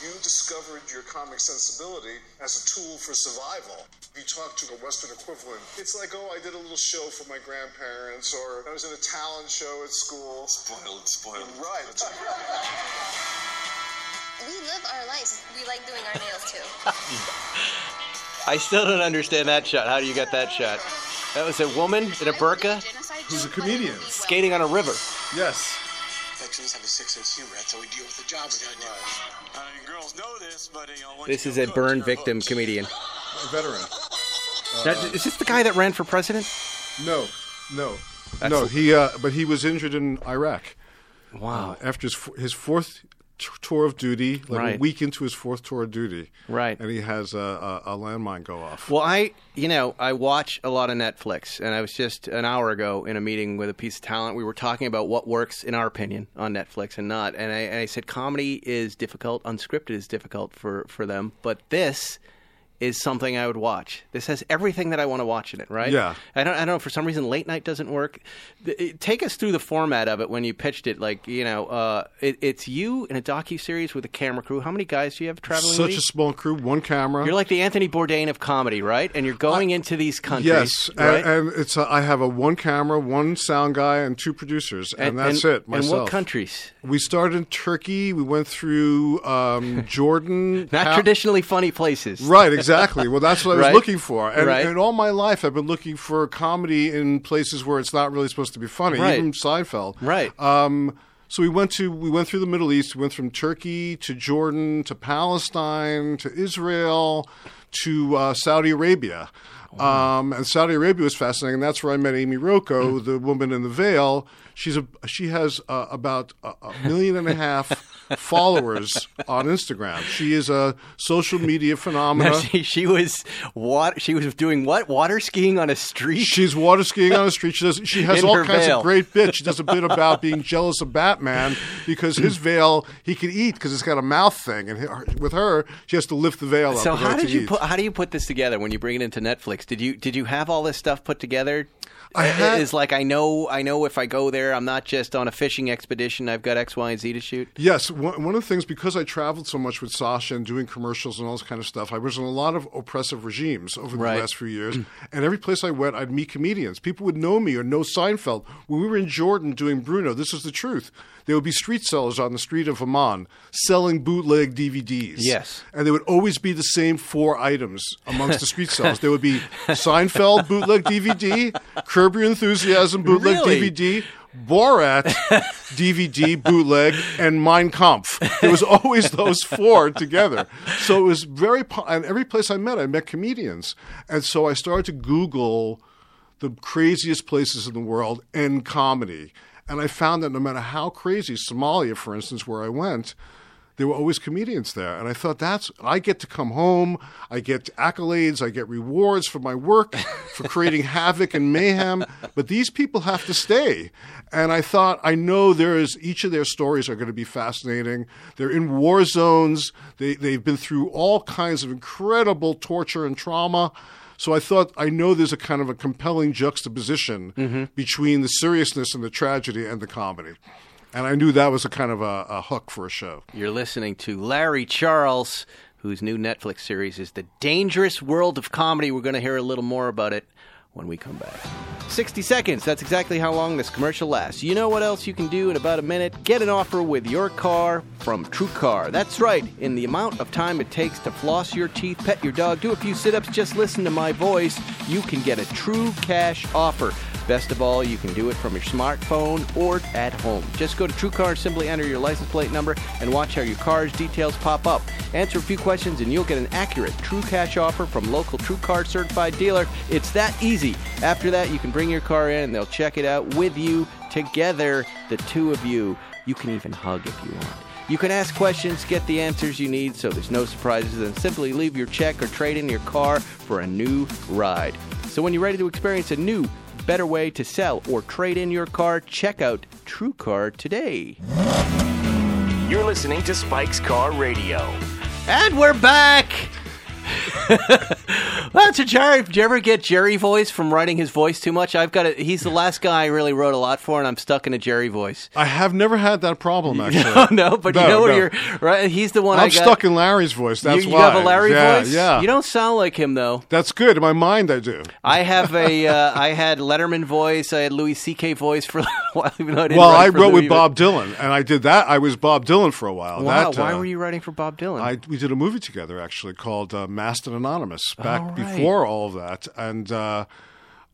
Speaker 4: You discovered your comic sensibility as a tool for survival. You talk to a Western equivalent. It's like, oh, I did a little show for my grandparents, or I was in a talent show at school. Spoiled, spoiled. Right.
Speaker 5: We live our lives. We like doing our nails too.
Speaker 1: I still don't understand that shot. How do you get that shot? That was a woman in a burqa
Speaker 3: Who's a comedian.
Speaker 1: skating on a river.
Speaker 3: Yes.
Speaker 6: Veterans have a sixth sense humor. That's how we deal with the job we gotta do.
Speaker 4: I mean, girls know this, but you know,
Speaker 1: This is a burn victim comedian.
Speaker 3: A veteran.
Speaker 1: That, is this the guy that ran for president?
Speaker 3: No. No. no. He. Uh, but he was injured in Iraq. uh,
Speaker 1: Wow.
Speaker 3: after his, f- his fourth t- tour of duty, like a
Speaker 1: Right.
Speaker 3: week into his fourth tour of duty,
Speaker 1: Right.
Speaker 3: and he has a, a, a landmine go off.
Speaker 1: Well, I, you know, I watch a lot of Netflix, and I was just an hour ago in a meeting with a piece of talent. We were talking about what works, in our opinion, on Netflix and not. And I, and I said comedy is difficult, unscripted is difficult for for them, but this is something I would watch. This has everything that I want to watch in it, right?
Speaker 3: Yeah.
Speaker 1: I don't, I don't know. For some reason, late night doesn't work. Th- it- Take us through the format of it when you pitched it. Like, you know, uh, it, it's you in a docu series with a camera crew. How many guys do you have traveling? with
Speaker 3: Such
Speaker 1: you?
Speaker 3: a small crew, one camera.
Speaker 1: You're like the Anthony Bourdain of comedy, right? And you're going into these countries,
Speaker 3: yes,
Speaker 1: right?
Speaker 3: and, and it's a, I have a one camera, one sound guy, and two producers, and, that's it. Myself.
Speaker 1: And what countries?
Speaker 3: We started in Turkey. We went through um, Jordan.
Speaker 1: Not
Speaker 3: Pal-
Speaker 1: traditionally funny places,
Speaker 3: Right, exactly. Well, that's what I was
Speaker 1: Right.
Speaker 3: looking for. And,
Speaker 1: Right.
Speaker 3: and all my life, I've been looking for comedy in places where it's not really supposed to be funny,
Speaker 1: Right.
Speaker 3: even Seinfeld.
Speaker 1: Right.
Speaker 3: Um, so we went to we went through the Middle East. We went from Turkey to Jordan to Palestine to Israel to uh, Saudi Arabia. Um, and Saudi Arabia was fascinating, and that's where I met Amy Rocco,
Speaker 1: Mm-hmm.
Speaker 3: the woman in the veil. She's a she has uh, about a, a million and a half followers on Instagram. She is a social media
Speaker 1: Now,
Speaker 3: phenomenon.
Speaker 1: she, she was what? She was doing what? Water skiing on a street.
Speaker 3: She's water skiing on the street. She does. She has
Speaker 1: In
Speaker 3: all
Speaker 1: her
Speaker 3: kinds
Speaker 1: veil.
Speaker 3: of great bits. She does a bit about being jealous of Batman because his
Speaker 1: Mm.
Speaker 3: veil he can eat because it's got a mouth thing, and her, with her she has to lift the veil up.
Speaker 1: so
Speaker 3: in
Speaker 1: how
Speaker 3: order
Speaker 1: did
Speaker 3: to
Speaker 1: you
Speaker 3: eat.
Speaker 1: put, how do you put this together when you bring it into Netflix? Did you did you have all this stuff put together?
Speaker 3: I
Speaker 1: It-
Speaker 3: had-
Speaker 1: it uh, is like I know I know if I go there, I'm not just on a fishing expedition. I've got X, Y, and Z to shoot.
Speaker 3: Yes, one, one of the things because I traveled so much with Sasha and doing commercials and all this kind of stuff, I was in a lot of oppressive regimes over the
Speaker 1: Right. Mm.
Speaker 3: last few years. and every place I went, I'd meet comedians. People would know me or know Seinfeld. When we were in Jordan doing Bruno, this is the truth. There would be street sellers on the street of Amman selling bootleg DVDs.
Speaker 1: Yes.
Speaker 3: and there would always be the same four items amongst the street sellers. There would be Seinfeld bootleg DVD, Curb Your Enthusiasm bootleg
Speaker 1: Really?
Speaker 3: DVD. DVD, Borat DVD bootleg, and Mein Kampf. It was always those four together. So it was very, po- and every place I met, I met comedians. And so I started to Google the craziest places in the world in comedy. And I found that no matter how crazy, Somalia, for instance, where I went, there were always comedians there. And I thought that's I get to come home, I get accolades, I get rewards for my work, for creating havoc and mayhem. But these people have to stay. And I thought I know there is each of their stories are going to be fascinating. They're in war zones. They they've been through all kinds of incredible torture and trauma. So I thought I know there's a kind of a compelling juxtaposition
Speaker 1: Mm-hmm.
Speaker 3: between the seriousness and the tragedy and the comedy. And I knew that was a kind of a, a hook for a show.
Speaker 1: You're listening to Larry Charles, whose new Netflix series is The Dangerous World of Comedy. We're going to hear a little more about it when we come back. 60 seconds. That's exactly how long this commercial lasts. You know what else you can do in about a minute? Get an offer with your car from True Car. That's right. In the amount of time it takes to floss your teeth, pet your dog, do a few sit ups, just listen to my voice, you can get a true cash offer. Best of all, you can do it from your smartphone or at home. Just go to TrueCar, simply enter your license plate number, and watch how your car's details pop up. Answer a few questions, and you'll get an accurate True Cash offer from local TrueCar certified dealer. It's that easy. After that, you can bring your car in, and they'll check it out with you together, the two of you. You can even hug if you want. You can ask questions, get the answers you need so there's no surprises, and simply leave your check or trade in your car for a new ride. So when you're ready to experience a new, better way to sell or trade in your car, check out TrueCar today.
Speaker 2: You're listening to Spike's Car Radio.
Speaker 1: And we're back! That's a Jerry. Did you ever get Jerry voice from writing his voice too much? I've got it. He's the last guy I really wrote a lot for, and I'm stuck in a Jerry voice.
Speaker 3: I have never had that problem actually.
Speaker 1: Oh no, but you
Speaker 3: No,
Speaker 1: know where
Speaker 3: no.
Speaker 1: you're right. He's the one I
Speaker 3: I'm
Speaker 1: got.
Speaker 3: stuck in Larry's voice. That's
Speaker 1: you, you
Speaker 3: why.
Speaker 1: have a Larry
Speaker 3: yeah,
Speaker 1: voice.
Speaker 3: Yeah,
Speaker 1: You don't sound like him though.
Speaker 3: That's good. In my mind, I do.
Speaker 1: I have a. Uh, I had Letterman voice. I had Louis C.K. voice for a while. Even though I didn't
Speaker 3: Well,
Speaker 1: write
Speaker 3: I
Speaker 1: for
Speaker 3: wrote
Speaker 1: Louis,
Speaker 3: with
Speaker 1: but-
Speaker 3: Bob Dylan, and I did that. I was Bob Dylan for a while.
Speaker 1: Wow,
Speaker 3: That,
Speaker 1: why
Speaker 3: uh,
Speaker 1: were you writing for Bob Dylan?
Speaker 3: I, we did a movie together actually called uh, Masked and Anonymous back
Speaker 1: All right.
Speaker 3: before all of that, and uh,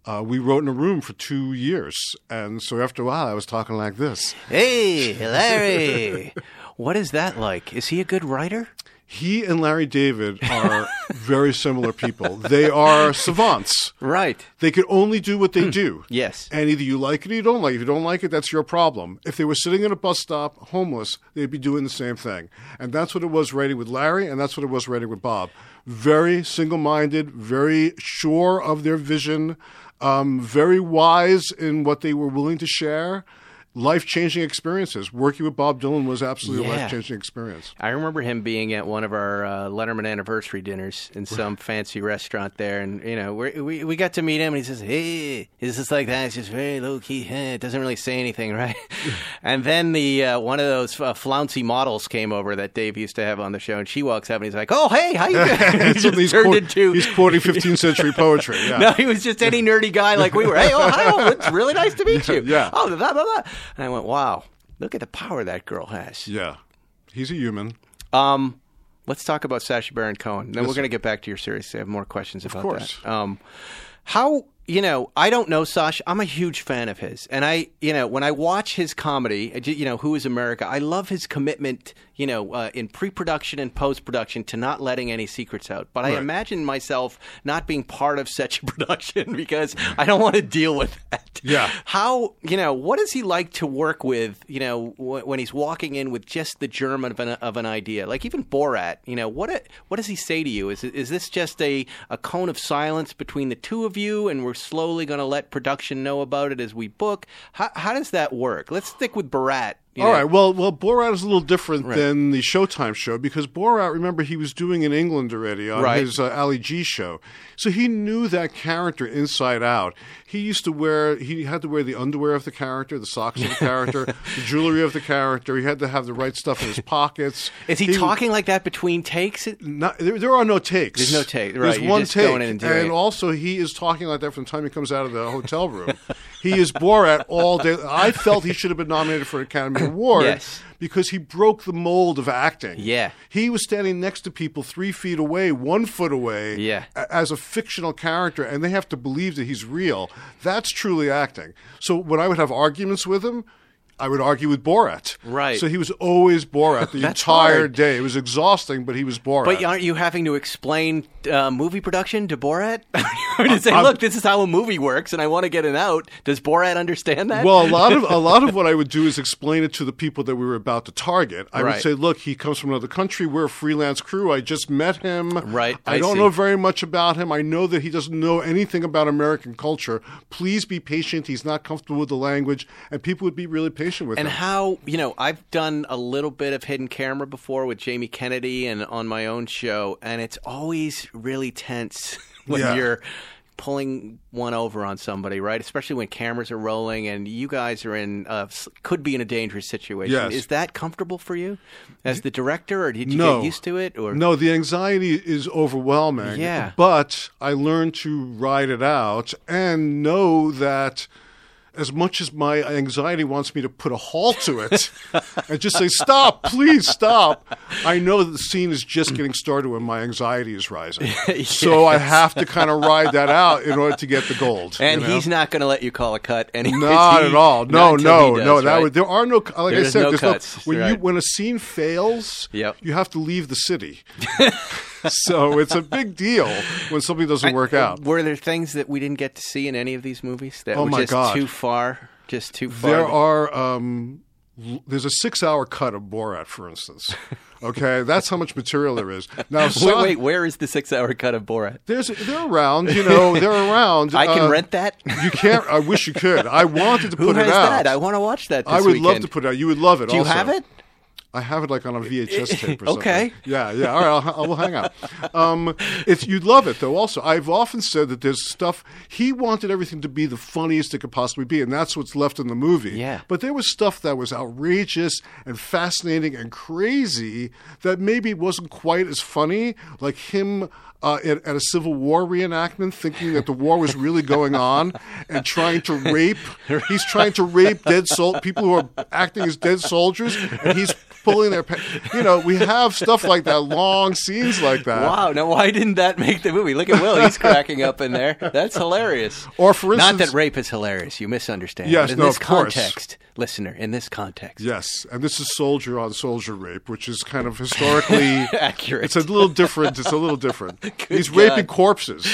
Speaker 3: uh, we wrote in a room for two years. And so after a while, I was talking like this.
Speaker 1: Hey, Larry. what is that like? Is he a good writer?
Speaker 3: He and Larry David are very similar people. They are savants.
Speaker 1: Right.
Speaker 3: They could only do what
Speaker 1: Hmm.
Speaker 3: they do.
Speaker 1: Yes.
Speaker 3: And either you like it or you don't like it. If you don't like it, that's your problem. If they were sitting at a bus stop, homeless, they'd be doing the same thing. And that's what it was writing with Larry, and that's what it was writing with Bob. Very single minded, very sure of their vision, um, very wise in what they were willing to share. Life changing experiences. Working with Bob Dylan was absolutely
Speaker 1: Yeah.
Speaker 3: a life changing experience.
Speaker 1: I remember him being at one of our uh, Letterman anniversary dinners in some fancy restaurant there, and you know we're, we we got to meet him, and he says, "Hey, it's just like that. It's just very low key. eh, It doesn't really say anything, right?" and then the uh, one of those uh, flouncy models came over that Dave used to have on the show, and she walks up, and he's like, "Oh, hey, how you doing?" he
Speaker 3: That's what
Speaker 1: just
Speaker 3: he's
Speaker 1: turned
Speaker 3: quote-
Speaker 1: into
Speaker 3: he's quoting 15th century poetry. Yeah.
Speaker 1: No, he was just any nerdy guy like we were. Hey, oh, hi, oh, it's really nice to meet you.
Speaker 3: yeah.
Speaker 1: Oh, blah, blah, blah. And I went, wow, look at the power that girl has.
Speaker 3: yeah. He's a human.
Speaker 1: Um, let's talk about Sasha Baron Cohen. Then we're going to get back to your series. I have more questions about
Speaker 3: course.
Speaker 1: that. Um, how you know? I don't know Sasha. I'm a huge fan of his, and I you know when I watch his comedy, I ju- you know Who Is America? I love his commitment. You know, uh, in pre-production and post-production, to not letting any secrets out. But I imagine myself not being part of such a production because I don't want to deal with that.
Speaker 3: Yeah.
Speaker 1: How you know what is he like to work with? You know wh- when he's walking in with just the germ of an, of an idea, like even Borat. You know what? What does he say to you? Is it- is this just a a cone of silence between the two of you, and we're slowly going to let production know about it as we book? How how does that work? Let's stick with Borat. you
Speaker 3: All
Speaker 1: know.
Speaker 3: right. Well, well, Borat is a little different than the Showtime show because Borat, remember, he was doing in England already on
Speaker 1: Right.
Speaker 3: his uh, Ali G show, so he knew that character inside out. He used to wear, he had to wear the underwear of the character, the socks of the character, the jewelry of the character. He had to have the right stuff in his pockets.
Speaker 1: Is he, talking like that between takes?
Speaker 3: Not, there, there are no takes.
Speaker 1: There's no take,
Speaker 3: There's
Speaker 1: right, you're
Speaker 3: one
Speaker 1: just
Speaker 3: take,
Speaker 1: going in and doing it.
Speaker 3: also he is talking like that from the time he comes out of the hotel room. he is Borat all day. I felt he should have been nominated for an Academy Award
Speaker 1: Yes.
Speaker 3: because he broke the mold of acting.
Speaker 1: Yeah.
Speaker 3: he was standing next to people three feet away, one foot away.
Speaker 1: Yeah.
Speaker 3: a- as a fictional character, and they have to believe that he's real. That's truly acting. So when I would have arguments with him. I would argue with Borat.
Speaker 1: Right.
Speaker 3: So he was always Borat the
Speaker 1: That's
Speaker 3: entire
Speaker 1: hard.
Speaker 3: day. It was exhausting, but he was Borat.
Speaker 1: But aren't you having to explain uh, movie production to Borat? Or to say, look, this is how a movie works, and I want to get it out. Does Borat understand that?
Speaker 3: Well, a lot of a lot of what I would do is explain it to the people that we were about to target. I
Speaker 1: Right.
Speaker 3: would say, look, he comes from another country. We're a freelance crew. I just met him.
Speaker 1: Right,
Speaker 3: I,
Speaker 1: I
Speaker 3: don't
Speaker 1: see.
Speaker 3: know very much about him. I know that he doesn't know anything about American culture. Please be patient. He's not comfortable with the language, and people would be really patient with
Speaker 1: and
Speaker 3: him.
Speaker 1: how you know I've done a little bit of hidden camera before with Jamie Kennedy and on my own show, and it's always really tense when
Speaker 3: Yeah.
Speaker 1: you're pulling one over on somebody, right? Especially when cameras are rolling and you guys are in uh, s- could be in a dangerous situation.
Speaker 3: Yes.
Speaker 1: Is that comfortable for you as the director, or did you
Speaker 3: no.
Speaker 1: get used to it? Or
Speaker 3: No, the anxiety is overwhelming.
Speaker 1: Yeah.
Speaker 3: But I learned to ride it out and know that as much as my anxiety wants me to put a halt to it and just say, stop, please stop, I know that the scene is just getting started when my anxiety is rising. So I have to kind of ride that out in order to get the gold.
Speaker 1: And
Speaker 3: you know?
Speaker 1: he's not going to let you call a cut. Anyways,
Speaker 3: Not
Speaker 1: He-
Speaker 3: at all. No,
Speaker 1: not until
Speaker 3: no,
Speaker 1: he does,
Speaker 3: no. That
Speaker 1: right?
Speaker 3: would there are no like I
Speaker 1: There's
Speaker 3: said.
Speaker 1: no
Speaker 3: there's
Speaker 1: cuts,
Speaker 3: when you
Speaker 1: right.
Speaker 3: when a scene fails,
Speaker 1: Yep.
Speaker 3: you have to leave the city. so it's a big deal when something doesn't work out.
Speaker 1: Uh, Were there things that we didn't get to see in any of these movies that
Speaker 3: Oh
Speaker 1: were
Speaker 3: my
Speaker 1: just
Speaker 3: God.
Speaker 1: too far? Just too far.
Speaker 3: There are um, l- there's a six hour cut of Borat, for instance. Okay, that's how much material there is now.
Speaker 1: wait,
Speaker 3: Sa-
Speaker 1: wait, where is the six-hour cut of Borat?
Speaker 3: There's, they're around, you know. They're around.
Speaker 1: I can
Speaker 3: Uh,
Speaker 1: rent that.
Speaker 3: You can't. I wish you could. I wanted to
Speaker 1: Who
Speaker 3: put
Speaker 1: has
Speaker 3: it out.
Speaker 1: that? I want to watch that. This
Speaker 3: I would love
Speaker 1: weekend.
Speaker 3: to put it out. You would love it.
Speaker 1: Do you
Speaker 3: also.
Speaker 1: have it?
Speaker 3: I have it like on a VHS tape or
Speaker 1: Okay.
Speaker 3: something. Yeah, yeah. All right, I'll, I'll hang out. Um, it's you'd love it though. Also, I've often said that there's stuff he wanted everything to be the funniest it could possibly be, and that's what's left in the movie.
Speaker 1: Yeah.
Speaker 3: But there was stuff that was outrageous and fascinating and crazy that maybe wasn't quite as funny, like him. Uh, at, at a Civil War reenactment, thinking that the war was really going on and trying to rape. He's trying to rape dead sol- people who are acting as dead soldiers, and he's pulling their. Pa- you know, we have stuff like that, long scenes like that.
Speaker 1: Wow. Now, why didn't that make the movie? Look at Will. He's cracking up in there. That's hilarious.
Speaker 3: Or, for
Speaker 1: not that
Speaker 3: instance-
Speaker 1: rape is hilarious. You misunderstand.
Speaker 3: Yes,
Speaker 1: In
Speaker 3: no,
Speaker 1: this
Speaker 3: of course.
Speaker 1: context, listener, in this context,
Speaker 3: Yes, and this is soldier on soldier rape, which is kind of historically
Speaker 1: Accurate.
Speaker 3: It's a little different. It's a little different. He's raping
Speaker 1: God.
Speaker 3: corpses.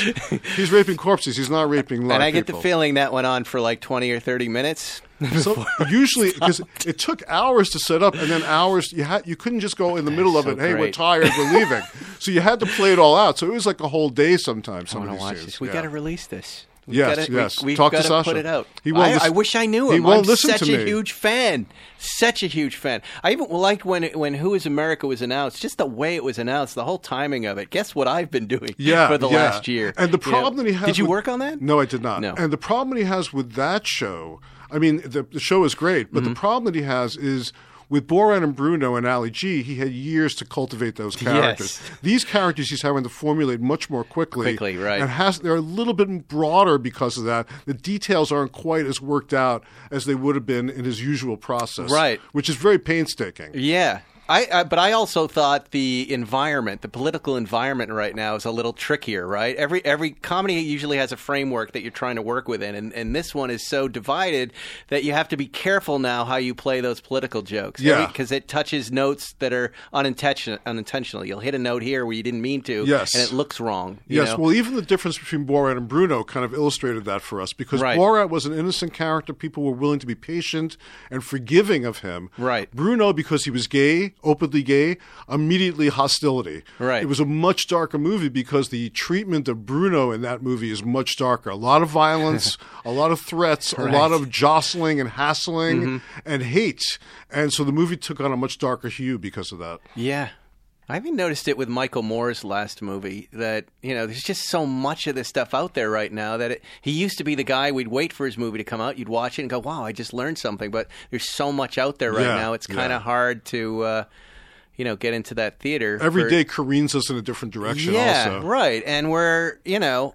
Speaker 3: He's raping corpses. He's not raping live
Speaker 1: and I get
Speaker 3: people.
Speaker 1: the feeling that went on for like twenty or thirty minutes.
Speaker 3: So usually, because it took hours to set up, and then hours you had you couldn't just go in the middle of
Speaker 1: so
Speaker 3: it. Hey, we're
Speaker 1: great.
Speaker 3: tired. We're leaving. so you had to play it all out. So it was like a whole day sometimes. Some
Speaker 1: I want
Speaker 3: of
Speaker 1: to
Speaker 3: these
Speaker 1: watch
Speaker 3: scenes.
Speaker 1: this. We
Speaker 3: Yeah.
Speaker 1: got to release this. We
Speaker 3: Yes,
Speaker 1: gotta,
Speaker 3: yes.
Speaker 1: We, we've
Speaker 3: Talk to
Speaker 1: gotta
Speaker 3: Sasha.
Speaker 1: Put it out.
Speaker 3: He won't
Speaker 1: I,
Speaker 3: lis-
Speaker 1: I wish I knew him.
Speaker 3: he
Speaker 1: I'm
Speaker 3: won't listen
Speaker 1: such
Speaker 3: to
Speaker 1: a
Speaker 3: me.
Speaker 1: huge fan. Such a huge fan. I even liked when when Who Is America was announced. Just the way it was announced, the whole timing of it. Guess what I've been doing
Speaker 3: yeah,
Speaker 1: for the
Speaker 3: yeah.
Speaker 1: last year.
Speaker 3: And the
Speaker 1: You know,
Speaker 3: problem that he has
Speaker 1: Did you
Speaker 3: with-
Speaker 1: work on that?
Speaker 3: No, I did not.
Speaker 1: No.
Speaker 3: And the problem he has with that show, I mean, the, the show is great,
Speaker 1: Mm-hmm.
Speaker 3: but the problem that he has is. With Boran and Bruno and Ali G, he had years to cultivate those characters. These characters he's having to formulate much more quickly.
Speaker 1: Quickly, right.
Speaker 3: And has, they're a little bit broader because of that. The details aren't quite as worked out as they would have been in his usual process.
Speaker 1: Right.
Speaker 3: Which is very painstaking.
Speaker 1: Yeah. I, I but I also thought the environment, the political environment right now is a little trickier, right? Every every comedy usually has a framework that you're trying to work within and, and this one is so divided that you have to be careful now how you play those political jokes.
Speaker 3: Yeah.
Speaker 1: Because it touches notes that are unintentional unintentional. You'll hit a note here where you didn't mean to
Speaker 3: Yes.
Speaker 1: and it looks wrong. you
Speaker 3: Yes,
Speaker 1: know?
Speaker 3: well, even the difference between Borat and Bruno kind of illustrated that for us because
Speaker 1: Right.
Speaker 3: Borat was an innocent character. People were willing to be patient and forgiving of him.
Speaker 1: Right.
Speaker 3: Bruno, because he was gay, openly gay, immediately hostility.
Speaker 1: Right.
Speaker 3: It was a much darker movie because the treatment of Bruno in that movie is much darker. A lot of violence, a lot of threats, a lot of jostling and hassling
Speaker 1: Mm-hmm.
Speaker 3: and hate. And so the movie took on a much darker hue because of that.
Speaker 1: Yeah. I even noticed it with Michael Moore's last movie that, you know, there's just so much of this stuff out there right now that it, he used to be the guy we'd wait for his movie to come out. You'd watch it and go, wow, I just learned something. But there's so much out there right
Speaker 3: Yeah,
Speaker 1: now, it's
Speaker 3: yeah.
Speaker 1: kind of hard to, uh, you know, get into that theater.
Speaker 3: Every
Speaker 1: for-
Speaker 3: day careens us in a different direction
Speaker 1: yeah,
Speaker 3: also.
Speaker 1: right. And we're you know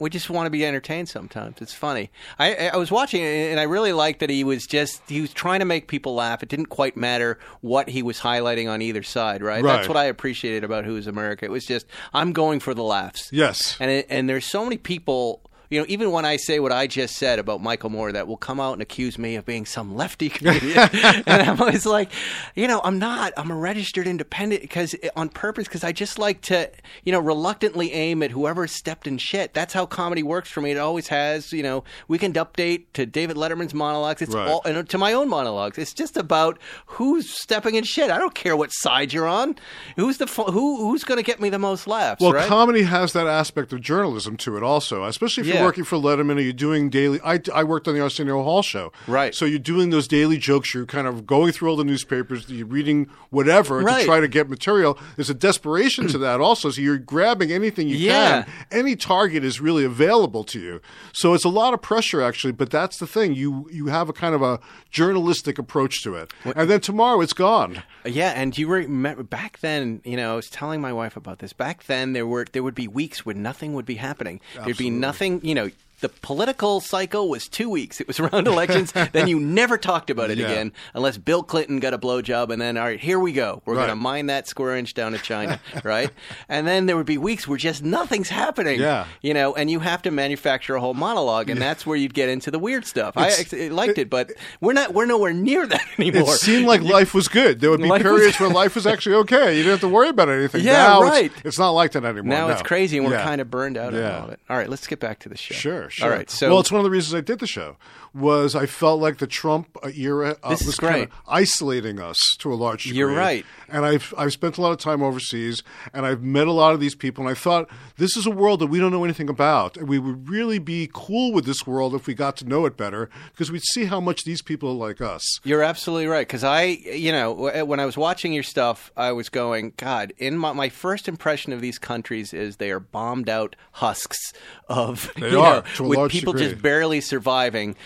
Speaker 1: we just want to be entertained sometimes. It's funny. I, I was watching it and I really liked that he was just he was trying to make people laugh. It didn't quite matter what he was highlighting on either side, right? That's
Speaker 3: Right.
Speaker 1: what I appreciated about Who's America. It was just I'm going for the laughs.
Speaker 3: Yes.
Speaker 1: And it, and there's so many people you know, even when I say what I just said about Michael Moore, that will come out and accuse me of being some lefty comedian. and I'm always like, you know, I'm not. I'm a registered independent because on purpose, because I just like to, you know, reluctantly aim at whoever stepped in shit. That's how comedy works for me. It always has. You know, weekend update to David Letterman's monologues. It's
Speaker 3: Right.
Speaker 1: all and to my own monologues. It's just about who's stepping in shit. I don't care what side you're on. Who's the fu- who? Who's going to get me the most laughs?
Speaker 3: Well,
Speaker 1: right?
Speaker 3: comedy has that aspect of journalism to it, also, especially if
Speaker 1: Yeah.
Speaker 3: you're working for Letterman or you're doing daily. I, I worked on the Arsenio Hall show.
Speaker 1: Right.
Speaker 3: So you're doing those daily jokes. You're kind of going through all the newspapers, you're reading whatever
Speaker 1: Right.
Speaker 3: to try to get material. There's a desperation to that, also. So you're grabbing anything you
Speaker 1: Yeah.
Speaker 3: can. Any target is really available to you. So it's a lot of pressure, actually, but that's the thing. You, you have a kind of a journalistic approach to it. And then tomorrow it's gone.
Speaker 1: Yeah, and do you remember back then? You know, I was telling my wife about this. Back then, there were there would be weeks when nothing would be happening. There'd be nothing. You know, the political cycle was two weeks. It was around elections. then you never talked about it
Speaker 3: Yeah.
Speaker 1: again, unless Bill Clinton got a blowjob, and then all right, here we go. We're
Speaker 3: Right.
Speaker 1: going to mine that square inch down to China, right? And then there would be weeks where just nothing's happening.
Speaker 3: Yeah.
Speaker 1: you know, and you have to manufacture a whole monologue, and that's where you'd get into the weird stuff. I actually liked it, but we're not we're nowhere near that
Speaker 3: It
Speaker 1: anymore.
Speaker 3: seemed like life was good. There would be
Speaker 1: Life was-
Speaker 3: periods where life was actually okay. You didn't have to worry about anything.
Speaker 1: Yeah,
Speaker 3: now
Speaker 1: right.
Speaker 3: It's, it's not like that anymore.
Speaker 1: Now
Speaker 3: no.
Speaker 1: it's crazy, and we're
Speaker 3: Yeah.
Speaker 1: kind of burned out on
Speaker 3: Yeah.
Speaker 1: all of it. All right, let's get back to the show.
Speaker 3: Sure, sure.
Speaker 1: All right, so
Speaker 3: well, it's one of the reasons I did the show was I felt like the Trump uh, era uh,
Speaker 1: This is
Speaker 3: was kind
Speaker 1: great.
Speaker 3: of isolating us to a large degree.
Speaker 1: You're right.
Speaker 3: And I've I've spent a lot of time overseas, and I've met a lot of these people, and I thought this is a world that we don't know anything about, and we would really be cool with this world if we got to know it better, because we'd see how much these people are like us.
Speaker 1: you're absolutely right because I, you know, w- eh, when I was watching your stuff, I was going, God. In my, my first impression of these countries is they are bombed out husks of
Speaker 3: They
Speaker 1: you
Speaker 3: are,
Speaker 1: know,
Speaker 3: to a
Speaker 1: with
Speaker 3: large
Speaker 1: people just
Speaker 3: degree.
Speaker 1: barely surviving.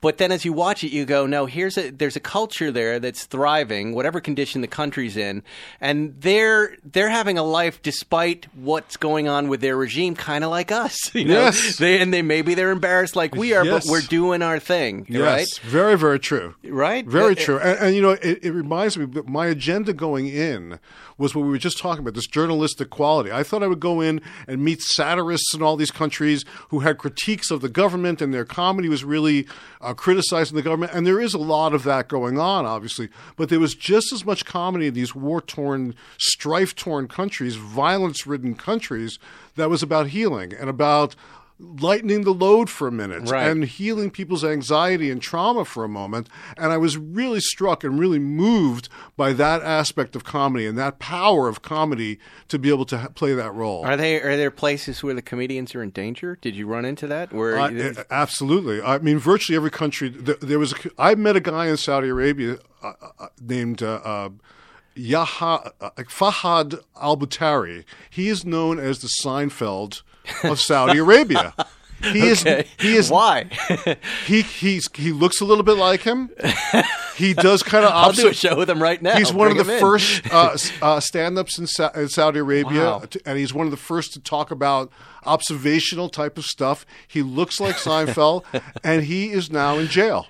Speaker 1: But then as you watch it, you go, no, here's a there's a culture there that's thriving, whatever condition the country's in, and they're they're having a life despite what's going on with their regime, kind of like us. You know?
Speaker 3: Yes.
Speaker 1: They, and they maybe they're embarrassed like we are,
Speaker 3: Yes.
Speaker 1: but we're doing our thing, right?
Speaker 3: Yes, very, very true.
Speaker 1: Right?
Speaker 3: Very
Speaker 1: Uh, uh,
Speaker 3: true. And, and you know, it, it reminds me that my agenda going in was what we were just talking about this journalistic quality. I thought I would go in and meet satirists in all these countries who had critiques of the government and their comedy was really uh, criticizing the government. And there is a lot of that going on, obviously. But there was just as much comedy in these war torn, strife torn countries, violence ridden countries, that was about healing and about lightening the load for a minute
Speaker 1: Right.
Speaker 3: and healing people's anxiety and trauma for a moment. And I was really struck and really moved by that aspect of comedy and that power of comedy to be able to ha- play that role.
Speaker 1: Are they are there places where the comedians are in danger? Did you run into that? Where
Speaker 3: I- a- absolutely. I mean, virtually every country. th- There was. A, c- I met a guy in Saudi Arabia uh, uh, named uh, uh, Yaha, uh, Fahad Al Butari. He is known as the Seinfeld of Saudi Arabia. He
Speaker 1: Okay.
Speaker 3: is. uh, He is.
Speaker 1: why?
Speaker 3: He he's he looks a little bit like him. He does kind of.
Speaker 1: I'll do a show with them right now.
Speaker 3: He's one of
Speaker 1: Bring
Speaker 3: the
Speaker 1: him in.
Speaker 3: first uh, s- uh, stand-ups in, Sa- in Saudi Arabia,
Speaker 1: Wow.
Speaker 3: t- and he's one of the first to talk about observational type of stuff. He looks like Seinfeld, and he is now in jail.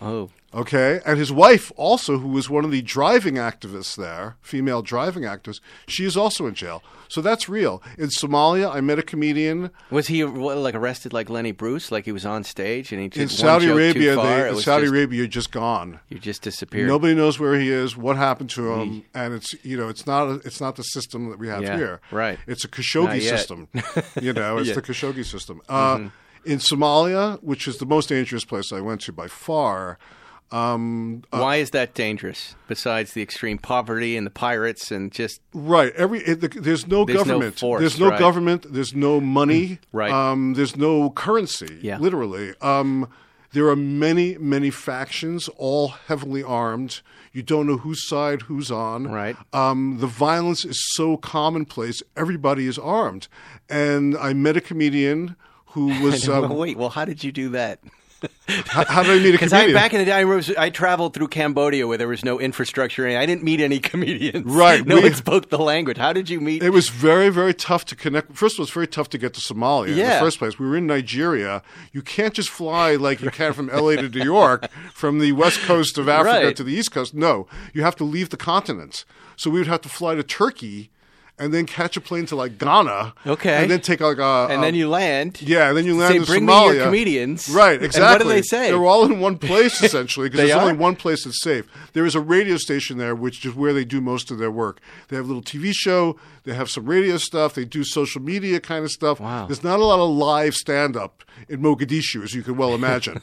Speaker 1: Oh,
Speaker 3: Okay, and his wife also, who was one of the driving activists there, female driving activists, she is also in jail. So that's real. In Somalia, I met a comedian
Speaker 1: was he what, like arrested like Lenny Bruce? Like he was on stage and he did
Speaker 3: in
Speaker 1: one
Speaker 3: Saudi
Speaker 1: joke too
Speaker 3: Arabia.
Speaker 1: far?
Speaker 3: They,
Speaker 1: It
Speaker 3: in
Speaker 1: was
Speaker 3: Saudi
Speaker 1: just-
Speaker 3: Arabia, you're just gone.
Speaker 1: you just disappeared.
Speaker 3: Nobody knows where he is, what happened to him, and it's you know it's not a, it's not the system that we have
Speaker 1: Yeah,
Speaker 3: here.
Speaker 1: right.
Speaker 3: It's a
Speaker 1: Not
Speaker 3: Khashoggi
Speaker 1: yet.
Speaker 3: system. you know, it's
Speaker 1: Yeah. Mm-hmm.
Speaker 3: the Khashoggi system. Uh, In Somalia, which is the most dangerous place I went to by far, uh,
Speaker 1: Why is that dangerous? Besides the extreme poverty and the pirates and just
Speaker 3: Right. Every it, the, there's no
Speaker 1: There's no
Speaker 3: government.
Speaker 1: force,
Speaker 3: there's no
Speaker 1: right. Mm-hmm.
Speaker 3: government. There's no money.
Speaker 1: Right.
Speaker 3: Um, there's no currency.
Speaker 1: Yeah.
Speaker 3: Literally. Um, there are many, many factions, all heavily armed. You don't know whose side who's on.
Speaker 1: Right.
Speaker 3: Um, the violence is so commonplace. Everybody is armed. And I met a comedian who was.
Speaker 1: Well,
Speaker 3: Um,
Speaker 1: wait. Well, how did you do that?
Speaker 3: how, how did I meet a
Speaker 1: Because I
Speaker 3: comedian?
Speaker 1: back in the day, I, was, I traveled through Cambodia where there was no infrastructure, and I didn't meet any comedians.
Speaker 3: Right,
Speaker 1: no
Speaker 3: we-
Speaker 1: one spoke the language. How did you meet?
Speaker 3: It was very, very tough to connect. First of all, it's very tough to get to Somalia in
Speaker 1: Yeah.
Speaker 3: the first place. We were in Nigeria. You can't just fly like you can from LA to New York, from the west coast of Africa
Speaker 1: Right.
Speaker 3: to the east coast. No, you have to leave the continent. So we would have to fly to Turkey and then catch a plane to like Ghana.
Speaker 1: Okay.
Speaker 3: And then take like a.
Speaker 1: and
Speaker 3: a-
Speaker 1: then you land.
Speaker 3: Yeah, and then you land
Speaker 1: say,
Speaker 3: in
Speaker 1: "Bring me
Speaker 3: Somalia.
Speaker 1: your comedians."
Speaker 3: Right,
Speaker 1: And what do
Speaker 3: exactly.
Speaker 1: they say?
Speaker 3: They're all in one place essentially because
Speaker 1: They
Speaker 3: there's
Speaker 1: are?
Speaker 3: only one place that's safe. There is a radio station there, which is where they do most of their work. They have a little TV show. They have some radio stuff. They do social media kind of stuff.
Speaker 1: Wow.
Speaker 3: There's not a lot of live stand up in Mogadishu, as you can well imagine.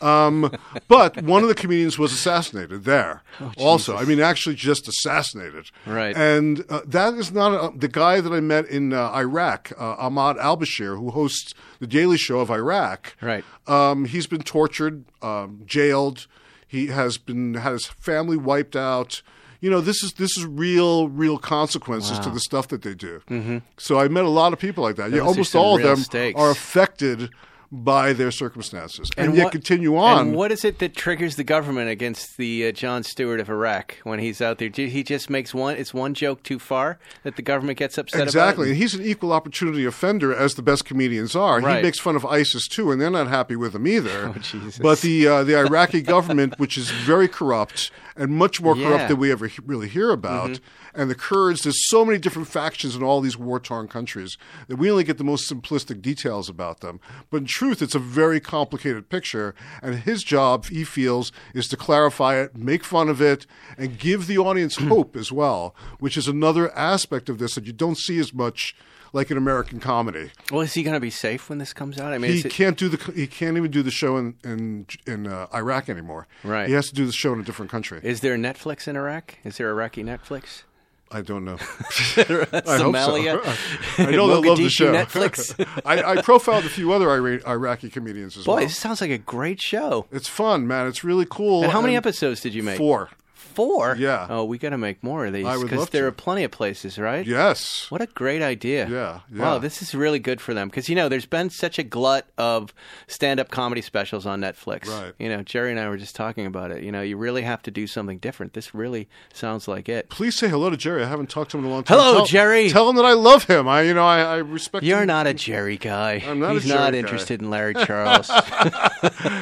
Speaker 3: um, but one of the comedians was assassinated there. also, I mean, actually, just assassinated.
Speaker 1: Oh, Right.
Speaker 3: And uh, that is not a, the guy that I met in uh, Iraq, uh, Ahmad Al Bashir, who hosts the Daily Show of Iraq.
Speaker 1: Right.
Speaker 3: Um, he's been tortured, um, jailed. He has been had his family wiped out. You know, this is this is real, real consequences to the stuff that they do. Mm-hmm. So I met a lot of people like that.
Speaker 1: Those
Speaker 3: Yeah,
Speaker 1: are
Speaker 3: almost
Speaker 1: some
Speaker 3: all of
Speaker 1: real
Speaker 3: them
Speaker 1: stakes.
Speaker 3: are affected by their circumstances, and, yet
Speaker 1: what-
Speaker 3: continue on.
Speaker 1: And what is it that triggers the government against the uh, John Stewart of Iraq when he's out there? Do- He just makes one. It's one joke too far that the government gets upset
Speaker 3: Exactly.
Speaker 1: about.
Speaker 3: And he's an equal opportunity offender, as the best comedians are.
Speaker 1: Right.
Speaker 3: He makes fun of ISIS too, and they're not happy with him either.
Speaker 1: Oh, Jesus.
Speaker 3: But the uh, the Iraqi government, which is very corrupt and much more
Speaker 1: Yeah. Mm-hmm.
Speaker 3: corrupt than we ever he- really hear about, and the Kurds. There's so many different factions in all these war torn countries that we only get the most simplistic details about them. But in truth, it's a very complicated picture. And his job, he feels, is to clarify it, make fun of it, and give the audience hope as well, which is another aspect of this that you don't see as much. Like in American comedy,
Speaker 1: Well, is he going to be safe when this comes out? I mean,
Speaker 3: he
Speaker 1: is it-
Speaker 3: can't do the he can't even do the show in in, in uh, Iraq anymore.
Speaker 1: Right.
Speaker 3: he has to do the show in a different country.
Speaker 1: is there Netflix in Iraq? Is there Iraqi Netflix?
Speaker 3: I don't know. I hope so.
Speaker 1: Somalia.
Speaker 3: I know they'll love the
Speaker 1: Mogadishu
Speaker 3: show.
Speaker 1: Netflix.
Speaker 3: I, I profiled a few other Ira- Iraqi comedians as
Speaker 1: Boy,
Speaker 3: well.
Speaker 1: this sounds like a great show.
Speaker 3: It's fun, man. It's really cool.
Speaker 1: And how many episodes did you make?
Speaker 3: Four.
Speaker 1: Four.
Speaker 3: Yeah.
Speaker 1: Oh, we got to make more of these
Speaker 3: I would
Speaker 1: because
Speaker 3: love
Speaker 1: there
Speaker 3: to.
Speaker 1: are plenty of places, right?
Speaker 3: Yes.
Speaker 1: What a great idea.
Speaker 3: Yeah,
Speaker 1: Wow,
Speaker 3: yeah.
Speaker 1: this is really good for them because, you know, there's been such a glut of stand up comedy specials on Netflix.
Speaker 3: Right.
Speaker 1: You know, Jerry and I were just talking about it. You know, you really have to do something different. This really sounds like it.
Speaker 3: Please say hello to Jerry. I haven't talked to him in a long time.
Speaker 1: Hello,
Speaker 3: Tell-
Speaker 1: Jerry.
Speaker 3: Tell him that I love him. I, you know, I, I respect.
Speaker 1: You're
Speaker 3: him.
Speaker 1: not a Jerry guy.
Speaker 3: I'm not a
Speaker 1: He's not
Speaker 3: Jerry guy.
Speaker 1: interested in Larry Charles.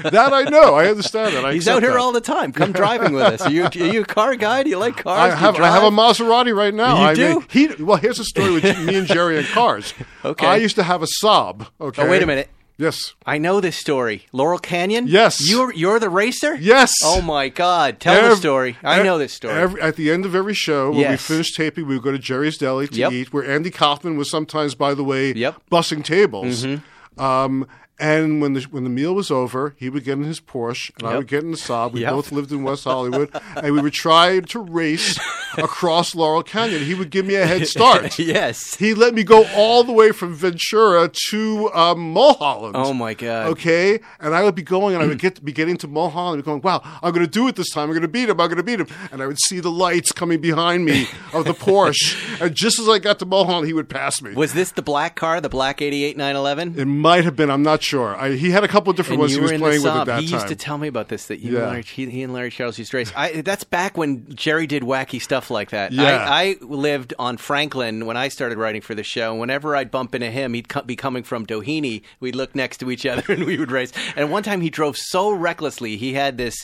Speaker 3: that. I know. I understand that. I
Speaker 1: He's
Speaker 3: accept
Speaker 1: out here
Speaker 3: that.
Speaker 1: all the time. Come driving with us. Are you, are you a car guy? Do you like
Speaker 3: I
Speaker 1: cars? Do you
Speaker 3: have, I have a
Speaker 1: drive?
Speaker 3: Maserati right now.
Speaker 1: You
Speaker 3: I
Speaker 1: do?
Speaker 3: mean, he, well, here's a story with me and Jerry and cars.
Speaker 1: Okay.
Speaker 3: I used to have a Saab. Okay.
Speaker 1: Oh, wait a minute.
Speaker 3: Yes.
Speaker 1: I know this story. Laurel Canyon?
Speaker 3: Yes.
Speaker 1: You're, you're the racer?
Speaker 3: Yes.
Speaker 1: Oh, my God. Tell the
Speaker 3: Ev-
Speaker 1: story. I
Speaker 3: ev-
Speaker 1: know this story.
Speaker 3: every- at the end of every show, when
Speaker 1: Yes.
Speaker 3: we finish taping, we would go to Jerry's Deli to
Speaker 1: Yep.
Speaker 3: eat, where Andy Kaufman was sometimes, by the way,
Speaker 1: Yep. Mm-hmm.
Speaker 3: bussing tables. Um, and when the when the meal was over, he would get in his Porsche, and I
Speaker 1: Yep.
Speaker 3: would get in the Saab. We
Speaker 1: Yep.
Speaker 3: both lived in West Hollywood, and we would try to race across Laurel Canyon. He would give me a head start.
Speaker 1: yes.
Speaker 3: He let me go all the way from Ventura to um, Mulholland.
Speaker 1: Oh, my God.
Speaker 3: Okay, and I would be going, and I would get be getting to Mulholland, and be going, "Wow, I'm going to do it this time. I'm going to beat him. I'm going to beat him." And I would see the lights coming behind me of the Porsche, and just as I got to Mulholland, he would pass me.
Speaker 1: Was this the black car, the black 88 911?
Speaker 3: it might have been. I'm not sure. I, he had a couple of different
Speaker 1: And
Speaker 3: ones
Speaker 1: you
Speaker 3: he
Speaker 1: were
Speaker 3: was
Speaker 1: in
Speaker 3: playing
Speaker 1: the
Speaker 3: with
Speaker 1: Saab.
Speaker 3: at that
Speaker 1: He
Speaker 3: time.
Speaker 1: used to tell me about this that you and
Speaker 3: Yeah.
Speaker 1: Larry, he, he and Larry Charles used to race. I, that's back when Jerry did wacky stuff like that.
Speaker 3: Yeah.
Speaker 1: I, I lived on Franklin when I started writing for the show. and Whenever I'd bump into him, he'd co- be coming from Doheny. We'd look next to each other and we would race. And one time he drove so recklessly. He had this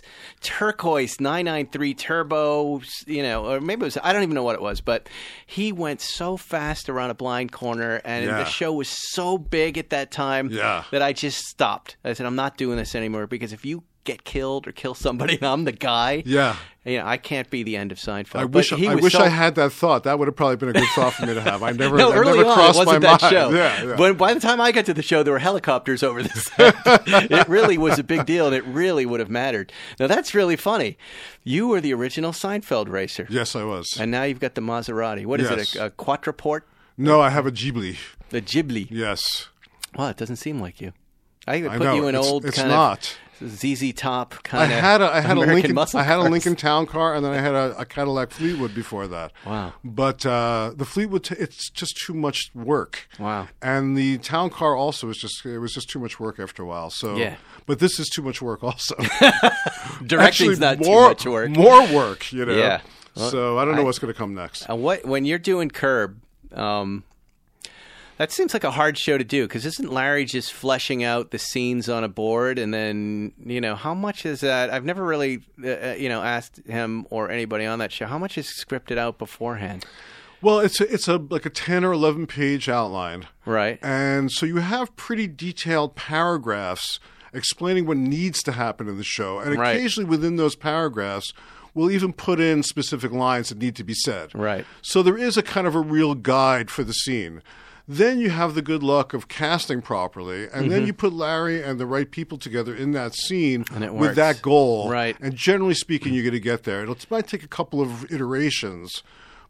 Speaker 1: turquoise 993 turbo, you know, or maybe it was, I don't even know what it was, but he went so fast around a blind corner. And
Speaker 3: Yeah.
Speaker 1: the show was so big at that time
Speaker 3: Yeah.
Speaker 1: that I just stopped. I said, I'm not doing this anymore because if you get killed or kill somebody and I'm the guy,
Speaker 3: Yeah.
Speaker 1: you know, I can't be the end of Seinfeld.
Speaker 3: I
Speaker 1: But
Speaker 3: wish
Speaker 1: he
Speaker 3: I
Speaker 1: was
Speaker 3: wish
Speaker 1: so-
Speaker 3: I had that thought. That would have probably been a good thought for me to have. I never,
Speaker 1: No,
Speaker 3: that
Speaker 1: early
Speaker 3: never
Speaker 1: on, it
Speaker 3: crossed
Speaker 1: wasn't
Speaker 3: my
Speaker 1: that
Speaker 3: mind.
Speaker 1: show.
Speaker 3: Yeah, yeah.
Speaker 1: When, by the time I got to the show, there were helicopters over the set. it really was a big deal, and it really would have mattered. Now, that's really funny. You were the original Seinfeld racer.
Speaker 3: yes, I was.
Speaker 1: And now you've got the Maserati. What is
Speaker 3: Yes.
Speaker 1: it, a, a quadruport?
Speaker 3: no, I have a Ghibli.
Speaker 1: The Ghibli.
Speaker 3: Yes.
Speaker 1: Wow, it doesn't seem like you. I would
Speaker 3: I
Speaker 1: put
Speaker 3: know,
Speaker 1: you in
Speaker 3: it's-
Speaker 1: old
Speaker 3: it's
Speaker 1: kind
Speaker 3: not.
Speaker 1: of ZZ Top
Speaker 3: I
Speaker 1: kind of
Speaker 3: had a I had
Speaker 1: American
Speaker 3: a Lincoln
Speaker 1: muscle
Speaker 3: I had a
Speaker 1: cars.
Speaker 3: Lincoln Town Car and then I had a, a Cadillac Fleetwood before that.
Speaker 1: Wow.
Speaker 3: But uh, the Fleetwood t- it's just too much work.
Speaker 1: Wow.
Speaker 3: And the Town Car also was just it was just too much work after a while. So
Speaker 1: Yeah.
Speaker 3: But this is too much work also.
Speaker 1: Directing's not
Speaker 3: more,
Speaker 1: too much work.
Speaker 3: More work, you know.
Speaker 1: Yeah.
Speaker 3: so I don't know what's going to come next.
Speaker 1: Uh, what when you're doing Curb, um, that seems like a hard show to do because isn't Larry just fleshing out the scenes on a board and then you know how much is that? I've never really uh, uh, you know asked him or anybody on that show how much is scripted out beforehand.
Speaker 3: Well, it's a, it's a like a ten or eleven page outline,
Speaker 1: Right.
Speaker 3: And so you have pretty detailed paragraphs explaining what needs to happen in the show, and
Speaker 1: Right.
Speaker 3: occasionally within those paragraphs, we'll even put in specific lines that need to be said.
Speaker 1: Right.
Speaker 3: So there is a kind of a real guide for the scene. Then you have the good luck of casting properly, and
Speaker 1: Mm-hmm.
Speaker 3: then you put Larry and the right people together in that scene
Speaker 1: it works.
Speaker 3: with that goal.
Speaker 1: Right.
Speaker 3: And generally speaking, you're going to get there. It'll, it might take a couple of iterations,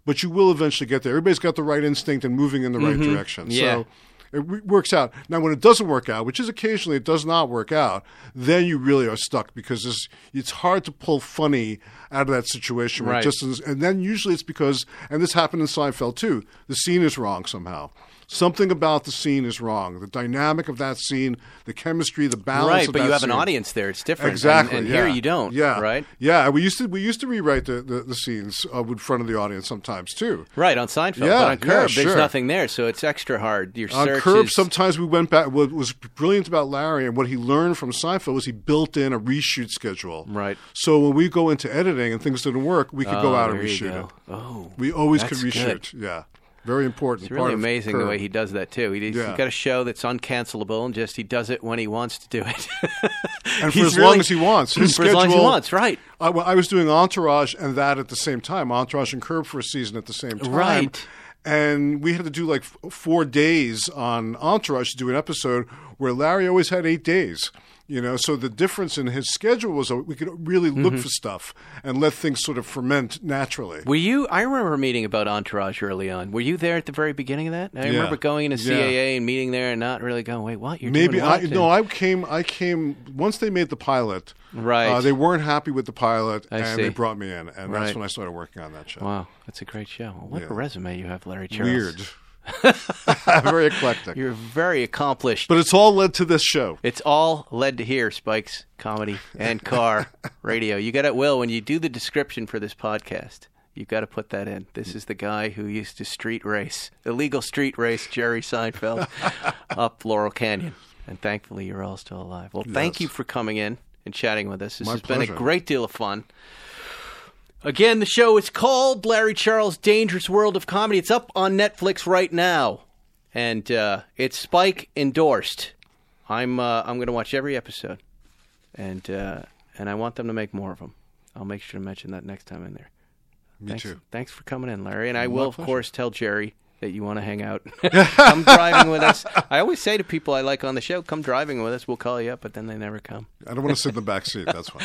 Speaker 3: but you will eventually get there. Everybody's got the right instinct and moving in the right direction.
Speaker 1: Mm-hmm. Yeah.
Speaker 3: So it w- works out. Now, when it doesn't work out, which is occasionally it does not work out, then you really are stuck because it's, it's hard to pull funny out of that situation. where it
Speaker 1: Right.
Speaker 3: just is- and then usually it's because, and this happened in Seinfeld too, the scene is wrong somehow. Something about the scene is wrong. The dynamic of that scene, the chemistry, the balance.
Speaker 1: Right,
Speaker 3: of
Speaker 1: but
Speaker 3: that
Speaker 1: you have an
Speaker 3: scene.
Speaker 1: audience there. It's different. And-
Speaker 3: Exactly.
Speaker 1: And,
Speaker 3: yeah.
Speaker 1: here you don't.
Speaker 3: Yeah.
Speaker 1: Right.
Speaker 3: Yeah. and We used to we used to rewrite the the, the scenes uh, in front of the audience sometimes too.
Speaker 1: Right on Seinfeld,
Speaker 3: Yeah,
Speaker 1: but on
Speaker 3: yeah,
Speaker 1: Curb, there's
Speaker 3: sure.
Speaker 1: nothing there, so it's extra hard. Your
Speaker 3: On
Speaker 1: search
Speaker 3: Curb,
Speaker 1: is
Speaker 3: sometimes we went back. What was brilliant about Larry and what he learned from Seinfeld was he built in a reshoot schedule.
Speaker 1: Right.
Speaker 3: So when we go into editing and things didn't work, we could go
Speaker 1: Oh,
Speaker 3: out and
Speaker 1: there you
Speaker 3: reshoot
Speaker 1: go.
Speaker 3: it.
Speaker 1: Oh,
Speaker 3: We always could
Speaker 1: that's good.
Speaker 3: reshoot. Yeah. Very important.
Speaker 1: It's really
Speaker 3: part of
Speaker 1: amazing the
Speaker 3: Curb.
Speaker 1: way he does that too. He, he's
Speaker 3: Yeah.
Speaker 1: got a show that's uncancelable and just he does it when he wants to do it,
Speaker 3: and for
Speaker 1: He's
Speaker 3: as
Speaker 1: really-
Speaker 3: long as he wants. His
Speaker 1: for as long as he
Speaker 3: schedule-
Speaker 1: wants, right.
Speaker 3: I, well, I was doing Entourage and that at the same time, Entourage and Curb for a season at the same time.
Speaker 1: Right.
Speaker 3: And we had to do like f- four days on Entourage to do an episode where Larry always had eight days. You know, so the difference in his schedule was uh, we could really look for stuff and let things sort of ferment naturally.
Speaker 1: Mm-hmm. Were you? I remember meeting about Entourage early on. Were you there at the very beginning of that? I
Speaker 3: Yeah.
Speaker 1: remember going into
Speaker 3: Yeah.
Speaker 1: CAA and meeting there and not really going, wait, what? You're
Speaker 3: Maybe
Speaker 1: doing
Speaker 3: I
Speaker 1: what?
Speaker 3: no. I came. I came once they made the pilot.
Speaker 1: Right.
Speaker 3: Uh, they weren't happy with the pilot,
Speaker 1: I
Speaker 3: and
Speaker 1: see.
Speaker 3: they brought me in, and
Speaker 1: Right.
Speaker 3: that's when I started working on that show.
Speaker 1: wow, that's a great show. What a
Speaker 3: Yeah.
Speaker 1: resume you have, Larry Charles.
Speaker 3: Weird. Very eclectic.
Speaker 1: You're very accomplished.
Speaker 3: But it's all led to this show.
Speaker 1: It's all led to here, Spikes, comedy, and car radio. You got it, Will. When you do the description for this podcast, you've got to put that in. This is the guy who used to street race, illegal street race Jerry Seinfeld up Laurel Canyon. And thankfully, you're all still alive. Well, thank
Speaker 3: Yes.
Speaker 1: you for coming in and chatting with us. This
Speaker 3: My
Speaker 1: has been
Speaker 3: pleasure.
Speaker 1: a great deal of fun. Again, the show is called Larry Charles Dangerous World of Comedy. It's up on Netflix right now. And uh, it's Spike endorsed. I'm uh, I'm going to watch every episode, and uh, and I want them to make more of them. I'll make sure to mention that next time in there.
Speaker 3: Me
Speaker 1: Thanks,
Speaker 3: too.
Speaker 1: Thanks for coming in, Larry. And I will, of
Speaker 3: pleasure.
Speaker 1: course, tell Jerry that you want to hang out. come driving with us. I always say to people I like on the show, "Come driving with us. We'll call you up," But then they never come.
Speaker 3: I don't want to sit in the back seat. That's why.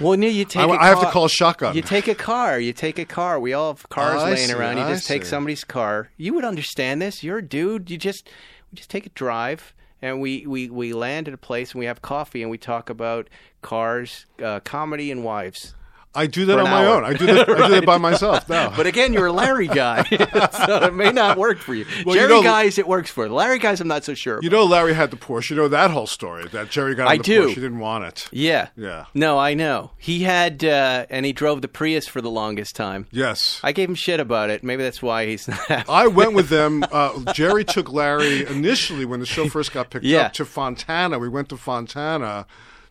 Speaker 1: Well, no, you take.
Speaker 3: I-
Speaker 1: a
Speaker 3: I have to
Speaker 1: car-
Speaker 3: call shotgun.
Speaker 1: You take a car. You take a car. We all have cars
Speaker 3: Oh, I
Speaker 1: laying
Speaker 3: see,
Speaker 1: around. You
Speaker 3: I
Speaker 1: just take
Speaker 3: see.
Speaker 1: somebody's car. You would understand this. You're a dude. You just we just take a drive and we we we land at a place and we have coffee and we talk about cars, uh, comedy, and wives.
Speaker 3: I do that
Speaker 1: For
Speaker 3: on
Speaker 1: an
Speaker 3: my
Speaker 1: hour.
Speaker 3: own. I do that. I do that by myself now.
Speaker 1: But again, you're a Larry guy, so it may not work for you.
Speaker 3: Well, you
Speaker 1: Jerry
Speaker 3: know-
Speaker 1: guys, it works for. Larry guys, I'm not so sure.
Speaker 3: you know, Larry had the Porsche. You know that whole story that Jerry got. On
Speaker 1: I
Speaker 3: the
Speaker 1: do.
Speaker 3: Porsche. He didn't want it.
Speaker 1: yeah,
Speaker 3: Yeah.
Speaker 1: No, I know. He had uh, and he drove the Prius for the longest time.
Speaker 3: Yes. I-
Speaker 1: I gave him shit about it. Maybe that's why he's not. happy.
Speaker 3: went with them. Uh, Jerry took Larry initially when the show first got picked
Speaker 1: Yeah.
Speaker 3: up to Fontana. We went to Fontana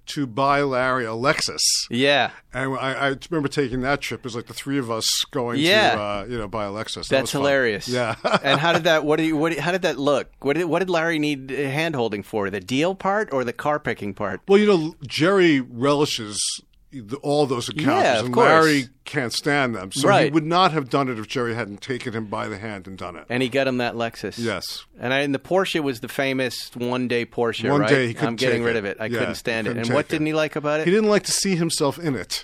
Speaker 3: to buy Larry a Lexus.
Speaker 1: Yeah,
Speaker 3: And I, I remember taking that trip. It was like the three of us going
Speaker 1: Yeah.
Speaker 3: to, uh, you know, buy a Lexus. That
Speaker 1: that's
Speaker 3: was fun.
Speaker 1: hilarious.
Speaker 3: Yeah.
Speaker 1: and how did that? What did? What? How did that look? What did? What did Larry need hand holding for? The deal part or the car picking part?
Speaker 3: Well, you know, Jerry relishes the, all those encounters,
Speaker 1: Yeah, of
Speaker 3: and
Speaker 1: course.
Speaker 3: Larry can't stand them. So he
Speaker 1: Right.
Speaker 3: would not have done it if Jerry hadn't taken him by the hand and done it.
Speaker 1: And he got him that Lexus.
Speaker 3: Yes.
Speaker 1: And, I, and the Porsche was the famous one day Porsche.
Speaker 3: One
Speaker 1: right?
Speaker 3: day he couldn't
Speaker 1: I'm getting
Speaker 3: take
Speaker 1: rid
Speaker 3: it.
Speaker 1: of it. I
Speaker 3: Yeah,
Speaker 1: couldn't
Speaker 3: he
Speaker 1: stand
Speaker 3: couldn't
Speaker 1: it. And what
Speaker 3: take
Speaker 1: didn't
Speaker 3: it.
Speaker 1: he like about it?
Speaker 3: he didn't like to see himself in it.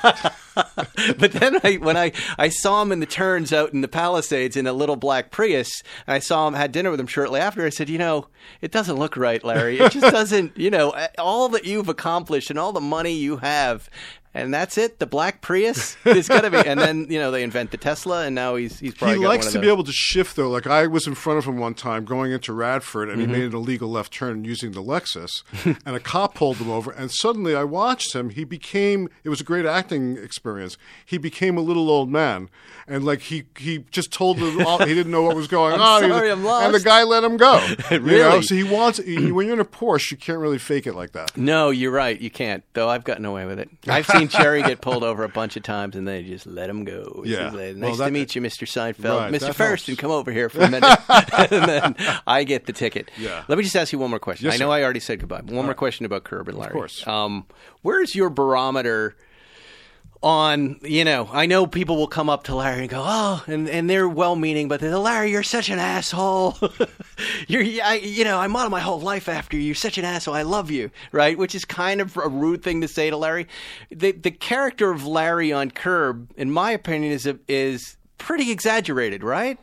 Speaker 1: but then I, when I, I saw him in the turns out in the Palisades in a little black Prius, and I saw him had dinner with him shortly after. I said, you know, it doesn't look right, Larry. It just doesn't. You know, all that you've accomplished and all the money you have. And that's it. The black Prius. There's got to be. And then you know they invent the Tesla, and now he's he's
Speaker 3: he
Speaker 1: probably got
Speaker 3: likes
Speaker 1: one
Speaker 3: to
Speaker 1: of
Speaker 3: be
Speaker 1: those.
Speaker 3: able to shift, though. Like, I was in front of him one time going into Radford,
Speaker 1: Mm-hmm.
Speaker 3: and he made an illegal left turn using the Lexus, and a cop pulled him over. And suddenly I watched him. He became, it was a great acting experience. He became a little old man. And, like, he, he just told the, all, he didn't know what was going on. He was-
Speaker 1: sorry, I'm
Speaker 3: And the
Speaker 1: lost.
Speaker 3: guy let him go. You know?
Speaker 1: Really?
Speaker 3: So he wants, when you're in a Porsche, you can't really fake it like that.
Speaker 1: No, you're right. You can't. Though I've gotten away with it. I've seen seen Cherry get pulled over a bunch of times, and they just let him go. It's
Speaker 3: Yeah.
Speaker 1: just like,
Speaker 3: Well,
Speaker 1: nice to
Speaker 3: that-
Speaker 1: meet you, Mr. Seinfeld.
Speaker 3: Right,
Speaker 1: Mr.
Speaker 3: that
Speaker 1: Ferriston,
Speaker 3: helps.
Speaker 1: come over here for a minute, and then I get the ticket.
Speaker 3: Yeah.
Speaker 1: Let me just ask you one more question.
Speaker 3: Yes,
Speaker 1: I know
Speaker 3: sir.
Speaker 1: I already said goodbye. but One more question about Curb and Larry.
Speaker 3: course.
Speaker 1: Um, where is your barometer? on, you know, I know people will come up to Larry and go, oh, and, and they're well meaning, but they're, Larry, you're such an asshole. you're, I, you know, I modeled my whole life after you. You're such an asshole. I love you, right? Which is kind of a rude thing to say to Larry. The, the character of Larry on Curb, in my opinion, is, a, is pretty exaggerated, right?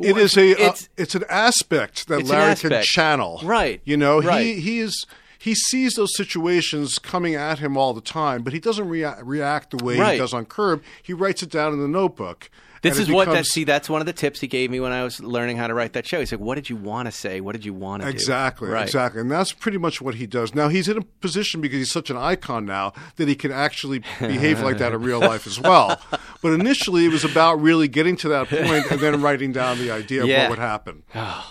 Speaker 3: It is a uh, it's,
Speaker 1: it's-
Speaker 3: it's an aspect that
Speaker 1: It's an
Speaker 3: Larry can
Speaker 1: aspect.
Speaker 3: channel.
Speaker 1: Right.
Speaker 3: You know,
Speaker 1: Right.
Speaker 3: he he is he sees those situations coming at him all the time, but he doesn't rea- react the way
Speaker 1: Right.
Speaker 3: he does on Curb. He writes it down in the notebook.
Speaker 1: This
Speaker 3: and it
Speaker 1: is what that
Speaker 3: becomes-
Speaker 1: see. That's one of the tips he gave me when I was learning how to write that show. He said, "What did you want to say? What did you want to do?"
Speaker 3: Exactly,
Speaker 1: Right.
Speaker 3: exactly. And that's pretty much what he does. Now, he's in a position because he's such an icon now that he can actually behave like that in real life as well. But initially, it was about really getting to that point and then writing down the idea of
Speaker 1: Yeah.
Speaker 3: what would happen. yeah.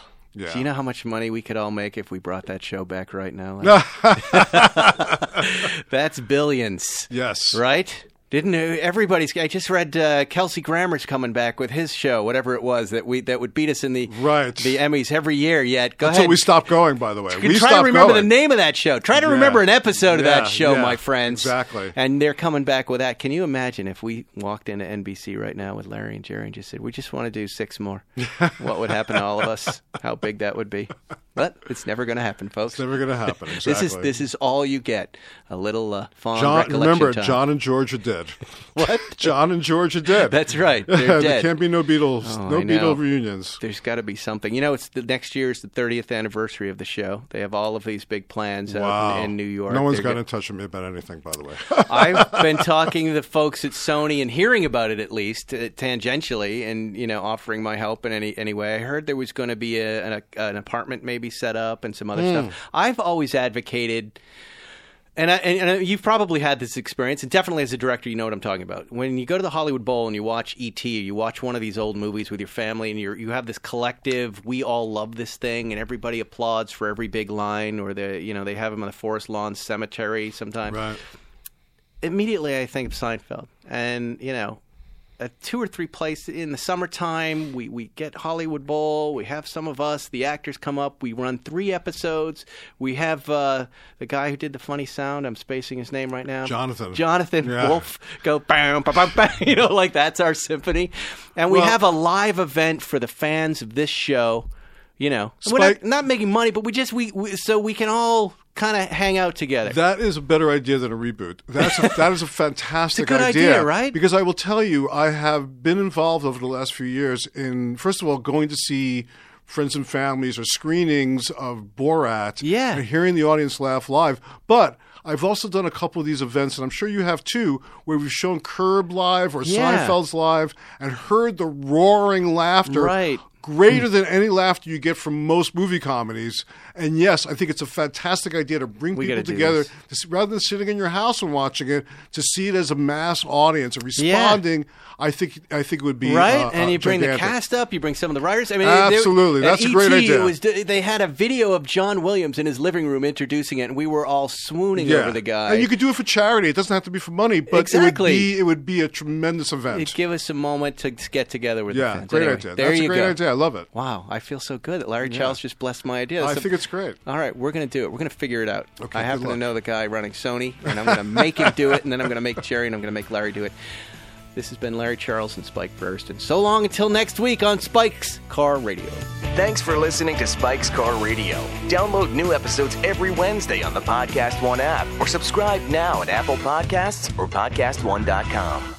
Speaker 1: Do you know how much money we could all make if we brought that show back right now? That's billions.
Speaker 3: Yes.
Speaker 1: Right? Didn't e, everybody's? I just read uh, Kelsey Grammer's coming back with his show, whatever it was that we that would beat us in the
Speaker 3: Right.
Speaker 1: the Emmys every year. Yet go
Speaker 3: Until
Speaker 1: ahead.
Speaker 3: we stop going, by the way.
Speaker 1: You
Speaker 3: we
Speaker 1: try to
Speaker 3: stopped
Speaker 1: remember
Speaker 3: going.
Speaker 1: the name of that show. Try to
Speaker 3: Yeah.
Speaker 1: remember an episode of that
Speaker 3: Yeah,
Speaker 1: show,
Speaker 3: yeah,
Speaker 1: my friends.
Speaker 3: exactly.
Speaker 1: And they're coming back with that. Can you imagine if we walked into NBC right now with Larry and Jerry and just said, "We just want to do six more"? what would happen to all of us? How big that would be? But it's never going to happen, folks.
Speaker 3: It's never going to happen. Exactly.
Speaker 1: This is this is all you get. A little uh, fond
Speaker 3: John,
Speaker 1: recollection
Speaker 3: remember,
Speaker 1: time.
Speaker 3: John and George are dead.
Speaker 1: What?
Speaker 3: John and George are dead.
Speaker 1: That's right. They're
Speaker 3: there
Speaker 1: dead.
Speaker 3: can't be no Beatles,
Speaker 1: Oh,
Speaker 3: no
Speaker 1: I know.
Speaker 3: Beatle reunions.
Speaker 1: There's got to be something. You know, it's the next year is the 30th anniversary of the show. They have all of these big plans out
Speaker 3: Wow.
Speaker 1: in, in New York.
Speaker 3: No one's
Speaker 1: They're
Speaker 3: gotten
Speaker 1: go-
Speaker 3: in touch with me about anything, by the way.
Speaker 1: I've been talking to the folks at Sony and hearing about it at least uh, tangentially, and you know, offering my help in any any way. I heard there was going to be a, an, an apartment maybe set up and some other stuff. I've always advocated. And, I, and, and you've probably had this experience, and definitely as a director, you know what I'm talking about. When you go to the Hollywood Bowl and you watch E.T., or you watch one of these old movies with your family, and you're, you have this collective, we all love this thing, and everybody applauds for every big line, or the you know they have them on the Forest Lawn Cemetery sometimes
Speaker 3: right.
Speaker 1: immediately I think of Seinfeld, and you know, a two or three place in the summertime, we we get Hollywood Bowl. We have some of us, the actors, come up. We run three episodes. We have uh, the guy who did the funny sound. I'm spacing his name right now.
Speaker 3: Jonathan.
Speaker 1: Jonathan
Speaker 3: Yeah.
Speaker 1: Wolf. Go bam, bam, bam, bam. You know, like that's our symphony, and we
Speaker 3: Well-
Speaker 1: have a live event for the fans of this show. You know, we're
Speaker 3: Spike-
Speaker 1: not, not making money, but we just we, we so we can all kind of hang out together.
Speaker 3: That is a better idea than a reboot. That's a, that is a fantastic
Speaker 1: good idea, right?
Speaker 3: Because I will tell you, I have been involved over the last few years in first of all going to see friends and families or screenings of Borat,
Speaker 1: Yeah.
Speaker 3: and hearing the audience laugh live. But I've also done a couple of these events, and I'm sure you have too, where we've shown Curb live or
Speaker 1: Yeah.
Speaker 3: Seinfeld's live and heard the roaring laughter
Speaker 1: Right.
Speaker 3: greater than any laughter you get from most movie comedies. And yes, I think it's a fantastic idea to bring
Speaker 1: We
Speaker 3: people
Speaker 1: gotta do
Speaker 3: together
Speaker 1: this.
Speaker 3: to see, rather than sitting in your house and watching it to see it as a mass audience and
Speaker 1: Yeah.
Speaker 3: responding. I think I think it would be
Speaker 1: right?
Speaker 3: uh,
Speaker 1: and
Speaker 3: uh,
Speaker 1: you bring
Speaker 3: gigantic.
Speaker 1: the cast up, you bring some of the writers. I mean,
Speaker 3: Absolutely.
Speaker 1: they- at
Speaker 3: That's a great
Speaker 1: ET,
Speaker 3: idea.
Speaker 1: It was, they had a video of John Williams in his living room introducing it, and we were all swooning over the guy.
Speaker 3: and you could do it for charity. It doesn't have to be for money, but
Speaker 1: Exactly.
Speaker 3: it would be it would be a tremendous event.
Speaker 1: It'd give us a moment to get together with the
Speaker 3: yeah,
Speaker 1: fans.
Speaker 3: great
Speaker 1: Anyway,
Speaker 3: idea.
Speaker 1: There
Speaker 3: That's
Speaker 1: you
Speaker 3: a great
Speaker 1: go.
Speaker 3: idea. I love it.
Speaker 1: Wow, I feel so good that Larry Charles just blessed my idea.
Speaker 3: I
Speaker 1: So-
Speaker 3: think it's great.
Speaker 1: All right, we're going to do it. We're going to figure it out.
Speaker 3: Okay,
Speaker 1: I
Speaker 3: good
Speaker 1: happen to
Speaker 3: luck.
Speaker 1: know the guy running Sony, and I'm going to make him do it, and then I'm going to make Jerry, and I'm going to make Larry do it. This has been Larry Charles and Spike Burston. So long until next week on Spike's Car Radio.
Speaker 2: Thanks for listening to Spike's Car Radio. Download new episodes every Wednesday on the Podcast One app or subscribe now at Apple Podcasts or PodcastOne.com.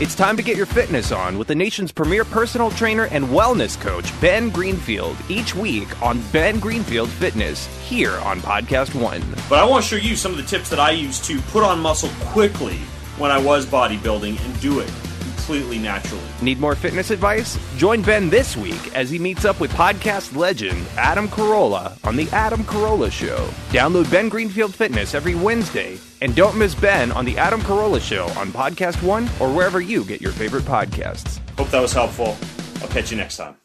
Speaker 8: It's time to get your fitness on with the nation's premier personal trainer and wellness coach, Ben Greenfield, each week on Ben Greenfield Fitness here on Podcast One.
Speaker 9: But I want to show you some of the tips that I use to put on muscle quickly when I was bodybuilding and do it completely naturally.
Speaker 8: Need more fitness advice? Join Ben this week as he meets up with podcast legend Adam Carolla on The Adam Carolla Show. Download Ben Greenfield Fitness every Wednesday and don't miss Ben on The Adam Carolla Show on Podcast One or wherever you get your favorite podcasts.
Speaker 9: Hope that was helpful. I'll catch you next time.